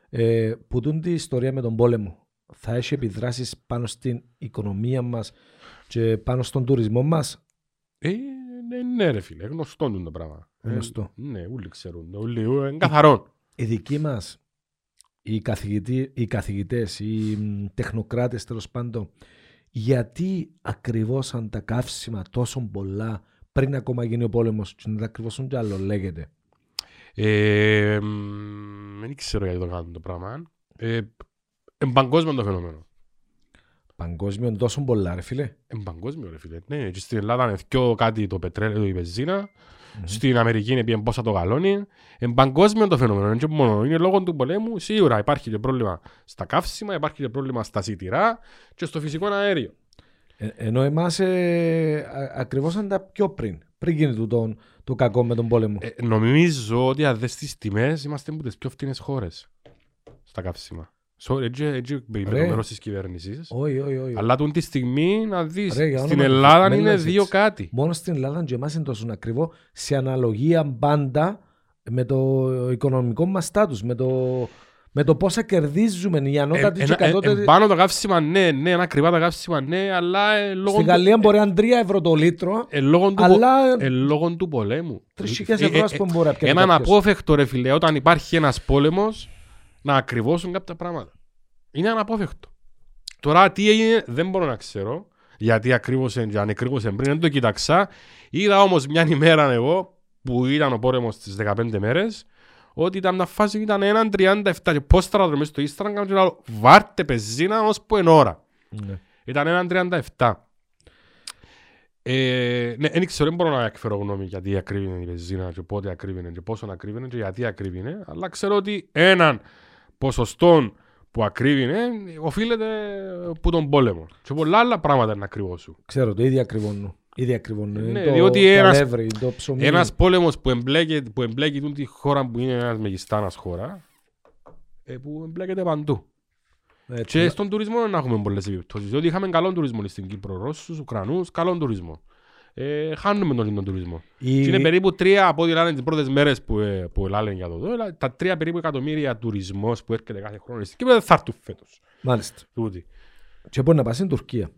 [SPEAKER 2] Ε, που τούν τη ιστορία με τον πόλεμο, θα έχει επιδράσεις πάνω στην οικονομία μας και πάνω στον τουρισμό μας.
[SPEAKER 1] Ε, ναι, ναι, ρε φίλε, γνωστό είναι το πράγμα. Ε,
[SPEAKER 2] Γνωστό.
[SPEAKER 1] Ναι, όλοι ξέρουν, όλοι, ε, είναι καθαρό.
[SPEAKER 2] Οι δικοί μας, οι, καθηγητή, οι καθηγητές, οι μ, τεχνοκράτες τέλος πάντων, γιατί ακριβώς αν τα καύσιμα τόσο πολλά πριν ακόμα γίνει ο πόλεμος και να τα ακριβώσουν κι άλλο λέγεται.
[SPEAKER 1] Ε, μ, δεν ξέρω γιατί το κάνουν το πράγμα. Ε, εμπαγκόσμιο το φαινόμενο.
[SPEAKER 2] Παγκόσμιον τόσο πολλά ρε φίλε.
[SPEAKER 1] Είναι παγκόσμιο ρε φίλε. Ναι, και στην Ελλάδα είναι πιο κάτι το πετρέλαιο, η πεζινα Στην Αμερική είναι πιέν πόσα το γαλόνι. Είναι παγκόσμιο το φαινόμενο. Είναι, και μόνο, είναι λόγω του πολέμου. Σίγουρα υπάρχει και πρόβλημα στα καύσιμα, υπάρχει και πρόβλημα στα σιτηρά και στο φυσικό αέριο.
[SPEAKER 2] Ε, ενώ εμάς ε, α- ακριβώς αν τα πιο πριν. Πριν γίνει τούτο το κακό με τον πόλεμο.
[SPEAKER 1] Ε, νομίζω ότι αν δες τις τιμές είμαστε από τις πιο φτηνές χώρες στα καύσιμα. Sorry, έτσι, έτσι με το
[SPEAKER 2] Ρε.
[SPEAKER 1] μέρος της κυβέρνησης.
[SPEAKER 2] Όχι, όχι, όχι.
[SPEAKER 1] Αλλά τούν τη στιγμή να δεις,
[SPEAKER 2] Ρε, για
[SPEAKER 1] στην
[SPEAKER 2] όνομα του Θεού,
[SPEAKER 1] Ελλάδα
[SPEAKER 2] μην
[SPEAKER 1] είναι
[SPEAKER 2] λες
[SPEAKER 1] δύο
[SPEAKER 2] έτσι.
[SPEAKER 1] κάτι.
[SPEAKER 2] Μόνο στην Ελλάδα και εμάς είναι τόσο ακριβό σε αναλογία πάντα με το οικονομικό μας στάτους, με το, με το πόσα κερδίζουμε η ανώτατη
[SPEAKER 1] Ε,
[SPEAKER 2] και
[SPEAKER 1] ένα- ε,
[SPEAKER 2] κατώτερη.
[SPEAKER 1] ε, πάνω τα καύσιμα, ναι, ναι, είναι ακριβά τα καύσιμα, ναι, αλλά ε, λόγω
[SPEAKER 2] Στην
[SPEAKER 1] του-
[SPEAKER 2] Γαλλία μπορεί να είναι 3 ευρώ το λίτρο,
[SPEAKER 1] ε, λόγω του, πο-
[SPEAKER 2] αλλά
[SPEAKER 1] ε, λόγω του πολέμου.
[SPEAKER 2] 3.000
[SPEAKER 1] Ε, ε, ε,
[SPEAKER 2] ευρώ ας πούμε μπορεί να πιάνει
[SPEAKER 1] Έναν
[SPEAKER 2] κάποιος.
[SPEAKER 1] απόφευκτο ρε φίλε, όταν υπάρχει ένας πόλεμος, να ακριβώσουν κάποια πράγματα. Είναι αναπόφευκτο. Τώρα τι έγινε δεν μπορώ να ξέρω, γιατί ακριβώσαν και αν ακριβώσαν πριν, δεν το κοίταξα. Είδα όμως μια ημέρα εγώ, που ήταν ο πόλεμος στις 15 μέρες, ότι ήταν μια φάση που ήταν 1.37 και πώς θα δρομείς στο Ίστραγκ, και λέω βάρτε πεζίνα ώσπου εν ώρα.
[SPEAKER 2] Ναι.
[SPEAKER 1] Ήταν 1.37. Ε, ναι, δεν ξέρω, δεν μπορώ να εκφέρω γνώμη γιατί ακρίβεινε η πεζίνα και πότε ακρίβεινε και πόσο ακρίβεινε και γιατί ακρίβεινε, αλλά ξέρω ότι έναν ποσοστό που ακρίβεινε οφείλεται που τον πόλεμο. Και πολλά άλλα πράγματα είναι ακριβώς σου.
[SPEAKER 2] Ξέρω, το ίδιο ακριβώνω. Ήδη ακριβώνω.
[SPEAKER 1] Ναι,
[SPEAKER 2] το,
[SPEAKER 1] διότι
[SPEAKER 2] το
[SPEAKER 1] ένας-
[SPEAKER 2] αλεύρι, το ψωμί.
[SPEAKER 1] Ένας πόλεμος που εμπλέκει, που εμπλέκει τούτη τη χώρα που είναι ένας μεγιστάνας χώρα, ε, που εμπλέκεται παντού.
[SPEAKER 2] Έτσι,
[SPEAKER 1] Και στον τουρισμό να έχουμε πολλές επιπτώσεις. Διότι είχαμε καλόν τουρισμό στην Κύπρο, Ρώσους, Ουκρανούς, καλόν τουρισμό. Ε, χάνουμε τον, τον τουρισμό.
[SPEAKER 2] η-
[SPEAKER 1] Και είναι περίπου τρία από ό,τι λένε τις πρώτες μέρες που, ε, που λένε για το δόλα, τα τρία περίπου εκατομμύρια τουρισμός που έρχεται κάθε χρόνο στην Κύπρο δεν θα έρθουν φέτος.
[SPEAKER 2] Μάλιστα.
[SPEAKER 1] Τούτη.
[SPEAKER 2] Και μπορεί να πάει στην Τουρκία.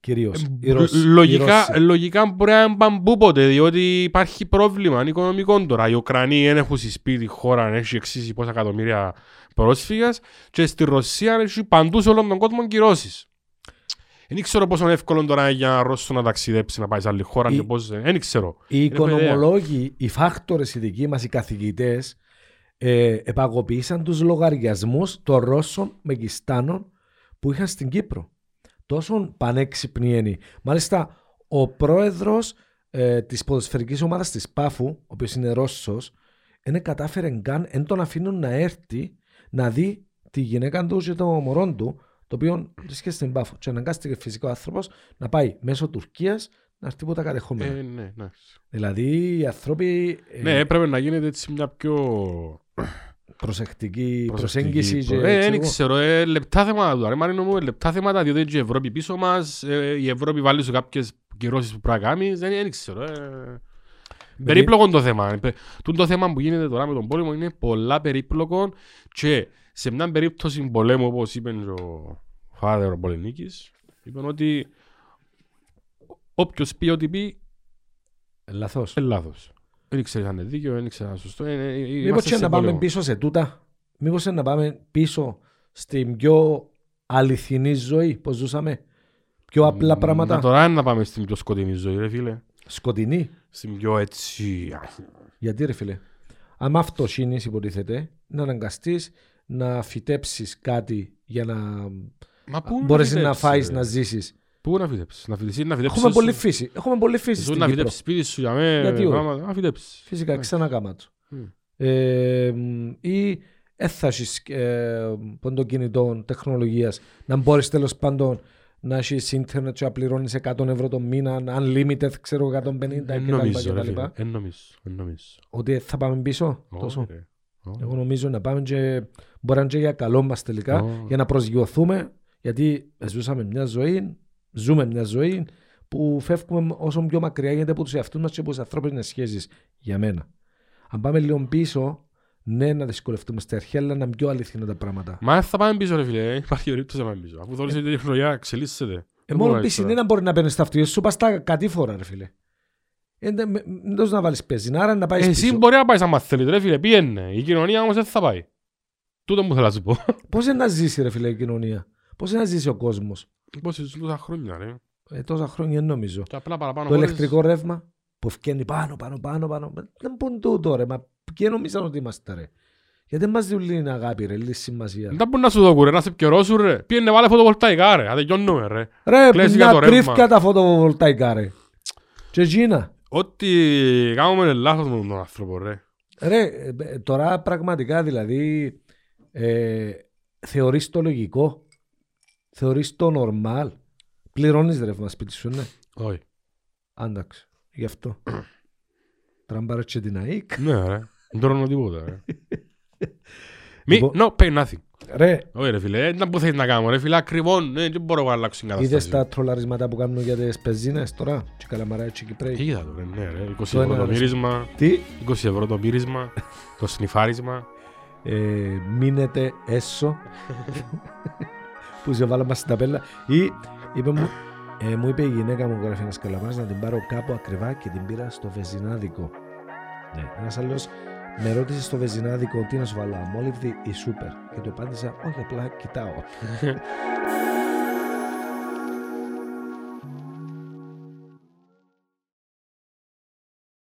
[SPEAKER 2] Κυρίως.
[SPEAKER 1] Ε,
[SPEAKER 2] Οι Ρώσοι- οι
[SPEAKER 1] λογικά,
[SPEAKER 2] Ρώσοι.
[SPEAKER 1] λογικά μπορεί να μην πάνε πού ποτέ, διότι υπάρχει πρόβλημα οικονομικό τώρα. Οι Ουκρανοί δεν έχουν συσπεί τη χώρα, δεν έχει εξήσει πόσα εκατομμύρια πρόσφυγες και στη Ρωσία έχει παντού σε όλον τον κόσμο κυρώσεις. Δεν ξέρω πόσο εύκολο τώρα για ένα Ρώσο να ταξιδέψει να πάει σε άλλη χώρα.
[SPEAKER 2] Η-
[SPEAKER 1] και πώς- Δεν ξέρω.
[SPEAKER 2] Οι
[SPEAKER 1] έχω ιδέα.
[SPEAKER 2] οικονομολόγοι, οι φάκτορες οι δικοί μας, οι καθηγητές, ε, επαγωποίησαν τους λογαριασμούς των Ρώσων Μεγιστάνων που είχαν στην Κύπρο. Τόσο πανέξυπνοι είναι. Μάλιστα, ο πρόεδρος ε, της ποδοσφαιρικής ομάδας της Πάφου, ο οποίος είναι Ρώσος, δεν κατάφερε καν, δεν τον αφήνουν να έρθει να δει τη γυναίκα του και το μωρό του, το οποίο βρίσκεται στην Πάφο. Και αναγκάστηκε φυσικό άνθρωπος να πάει μέσω Τουρκίας να έρθει που τα κατεχόμενα.
[SPEAKER 1] Ε, ναι, ναι.
[SPEAKER 2] Δηλαδή οι άνθρωποι ε,
[SPEAKER 1] Ναι, έπρεπε να γίνεται έτσι μια πιο
[SPEAKER 2] προσεκτική,
[SPEAKER 1] Προσεκτική
[SPEAKER 2] προσέγγιση
[SPEAKER 1] προ-
[SPEAKER 2] και
[SPEAKER 1] Ε,
[SPEAKER 2] ξέρω
[SPEAKER 1] δεν
[SPEAKER 2] εγώ.
[SPEAKER 1] ξέρω, ε, λεπτά θέματα του. Ρε Μαρίνο μου, λεπτά θέματα, διότι και η Ευρώπη πίσω μας, ε, η Ευρώπη βάλει σου κάποιες κυρώσεις που πρέπει να κάνεις, δεν δεν ξέρω. ε. Περίπλοκο το θέμα. ε. Πε- Τούν το θέμα που γίνεται τώρα με τον πόλεμο είναι πολλά περίπλοκο και σε μια περίπτωση πολέμου, όπως είπε ο Φάδερ ο Πολενίκης, είπε ότι όποιος πει ό,τι πει,
[SPEAKER 2] Λαθός.
[SPEAKER 1] είναι λάθος. Δεν ξέρεις αν είναι δίκαιο, δεν ξέρεις αν είναι σωστό. ε, ε, ε,
[SPEAKER 2] Μήπως
[SPEAKER 1] είμαστε
[SPEAKER 2] και
[SPEAKER 1] σε
[SPEAKER 2] να πάμε
[SPEAKER 1] πόλεμο.
[SPEAKER 2] πίσω σε τούτα. Μήπως και να πάμε πίσω στην πιο αληθινή ζωή που ζούσαμε. Πιο απλά
[SPEAKER 1] Μα
[SPEAKER 2] πράγματα.
[SPEAKER 1] Τώρα είναι να πάμε στην πιο σκοτεινή ζωή, ρε φίλε.
[SPEAKER 2] Σκοτεινή.
[SPEAKER 1] Στην πιο έτσι.
[SPEAKER 2] Γιατί ρε φίλε. Αν αυτό είναι, υποτίθεται, να αναγκαστείς να φυτέψεις κάτι για να
[SPEAKER 1] Μα πού
[SPEAKER 2] μπορέσεις να
[SPEAKER 1] φυτέψεις,
[SPEAKER 2] φάεις,
[SPEAKER 1] ρε.
[SPEAKER 2] να ζήσεις.
[SPEAKER 1] Πού να φυτέψεις, να φυτέψεις, να φυτέψεις.
[SPEAKER 2] Έχουμε
[SPEAKER 1] σου-
[SPEAKER 2] πολλή φύση. Έχουμε πολλή φύση.
[SPEAKER 1] Σου
[SPEAKER 2] Στην
[SPEAKER 1] να
[SPEAKER 2] Κύπρο.
[SPEAKER 1] φυτέψεις σπίτι σου για μένα,
[SPEAKER 2] Γιατί όχι.
[SPEAKER 1] πράγματα, να φυτέψεις.
[SPEAKER 2] Φυσικά,
[SPEAKER 1] Εντάξει.
[SPEAKER 2] ξανά κάμα τους.
[SPEAKER 1] Ναι. Μμ.
[SPEAKER 2] Ε, μ, ή έθασεις ε, πόντων κινητών, τεχνολογίας, να μπορείς τέλος πάντων να έχεις ίντερνετ και να πληρώνεις 100 ευρώ το μήνα, unlimited, ξέρω, 150
[SPEAKER 1] Εν
[SPEAKER 2] κτλ.
[SPEAKER 1] Ε, νομίζω, ρε
[SPEAKER 2] κτλ.
[SPEAKER 1] φίλε, εν νομίζω, εν νομίζω.
[SPEAKER 2] Ότι θα πάμε πίσω τόσο.
[SPEAKER 1] Όχι, ρε. Όχι.
[SPEAKER 2] Εγώ νομίζω να πάμε και μπορεί να είναι και για καλό μας τελικά,
[SPEAKER 1] Όχι.
[SPEAKER 2] για να προσγειωθούμε, γιατί ζούσαμε μια ζωή, ζούμε μια ζωή που φεύγουμε όσο πιο μακριά γίνεται από τους εαυτούς μας και από τις ανθρώπινες σχέσεις για μένα. Αν πάμε λίγο πίσω, ναι να δυσκολευτούμε στα αρχαία, αλλά να είναι πιο αληθινά τα πράγματα.
[SPEAKER 1] Μα θα πάμε πίσω ρε φίλε, ε. υπάρχει περίπτωση να πάμε πίσω. Αφού θέλεις η τεχνολογία εξελίσσεται.
[SPEAKER 2] Ε,
[SPEAKER 1] Δεν
[SPEAKER 2] μόνο
[SPEAKER 1] μπορείς
[SPEAKER 2] πίσω
[SPEAKER 1] τώρα.
[SPEAKER 2] είναι να μπορεί να παίρνεις τα αυτοκίνητα σου, πας στα κατήφορα ρε φίλε. Ε, δεν- με- Δεν δώσεις να βάλεις πεζίνα, άρα να πάεις
[SPEAKER 1] Ε, Εσύ
[SPEAKER 2] πίσω.
[SPEAKER 1] μπορεί να πάεις άμα θέλεις ρε φίλε, πήγαινε. Η κοινωνία όμως δεν θα πάει. Τούτο μου θέλω να σου πω.
[SPEAKER 2] Πώς είναι να ζήσει ρε φίλε η κοινωνία, πώς είναι να ζήσει ο κόσμος.
[SPEAKER 1] Πώς ζουν τόσα χρόνια ρε.
[SPEAKER 2] Ε, τόσα χρόνια νομίζω.
[SPEAKER 1] Και απλά παραπάνω
[SPEAKER 2] Το
[SPEAKER 1] χωρίς-
[SPEAKER 2] ηλεκτρικό ρεύμα που φκαίνει πάνω, πάνω, πάνω, πάνω. Μα Δεν πούν τούτο ρε, μα ποιοι νομίζαν ότι είμαστε ρε. Γιατί δεν μας δουλεύει είναι αγάπη ρε, λύση σημασίας.
[SPEAKER 1] Δεν τα μπορούν να σου δω κουρε, να σε πιερώσουν ρε. Πήγαινε βάλε φωτοβολταϊκά ρε, θα τελειώνουμε ρε.
[SPEAKER 2] Ρε,
[SPEAKER 1] κλαις για
[SPEAKER 2] να
[SPEAKER 1] το ρεύμα.
[SPEAKER 2] τρίφκια τα φωτοβολταϊκά ρε. Και εκείνα.
[SPEAKER 1] Ό,τι κάνουμε λάθος με τον άνθρωπο ρε.
[SPEAKER 2] Ρε, ε, ε, τώρα πραγματικά δηλαδή ε, θεωρείς το λογικό, θεωρείς το normal. Πληρώνεις ρεύμα σπίτι σου, ναι.
[SPEAKER 1] Όχι.
[SPEAKER 2] Άνταξε, γι'
[SPEAKER 1] [clears throat]
[SPEAKER 2] αυτό. Τραμπάρε και την ΑΕΚ.
[SPEAKER 1] Ναι, ρε. Δεν τρώνε τίποτα,
[SPEAKER 2] [laughs]
[SPEAKER 1] ρε. Μη,
[SPEAKER 2] Λοιπόν-
[SPEAKER 1] no, pay nothing.
[SPEAKER 2] Ρε,
[SPEAKER 1] Όχι, ρε φίλε, δεν που θέλεις να κάνω, ρε φίλε, ακριβόν, ναι, δεν μπορώ να αλλάξω την
[SPEAKER 2] Είδες
[SPEAKER 1] κατάσταση.
[SPEAKER 2] τα τρολαρίσματα που κάνουν για τις πεζίνες τώρα, και καλαμαρά και Κυπρέοι.
[SPEAKER 1] Είδα το, ρε, ναι, ρε, 20
[SPEAKER 2] Το
[SPEAKER 1] ευρώ
[SPEAKER 2] ένα,
[SPEAKER 1] το
[SPEAKER 2] ρε.
[SPEAKER 1] μύρισμα,
[SPEAKER 2] Τι,
[SPEAKER 1] 20 ευρώ το μύρισμα, το σνιφάρισμα.
[SPEAKER 2] ε, μείνετε έσω που σε βάλαμε στην ταπέλα ή είπε μου, ε, μου είπε η γυναίκα μου γράφει ένας καλαμάρας να την πάρω κάπου ακριβά και την πήρα στο βεζινάδικο. Ναι. Ένας άλλος με ρώτησε στο βεζινάδικο τι να σου βάλω, αμόλυβδη ή σούπερ και του απάντησα όχι απλά κοιτάω.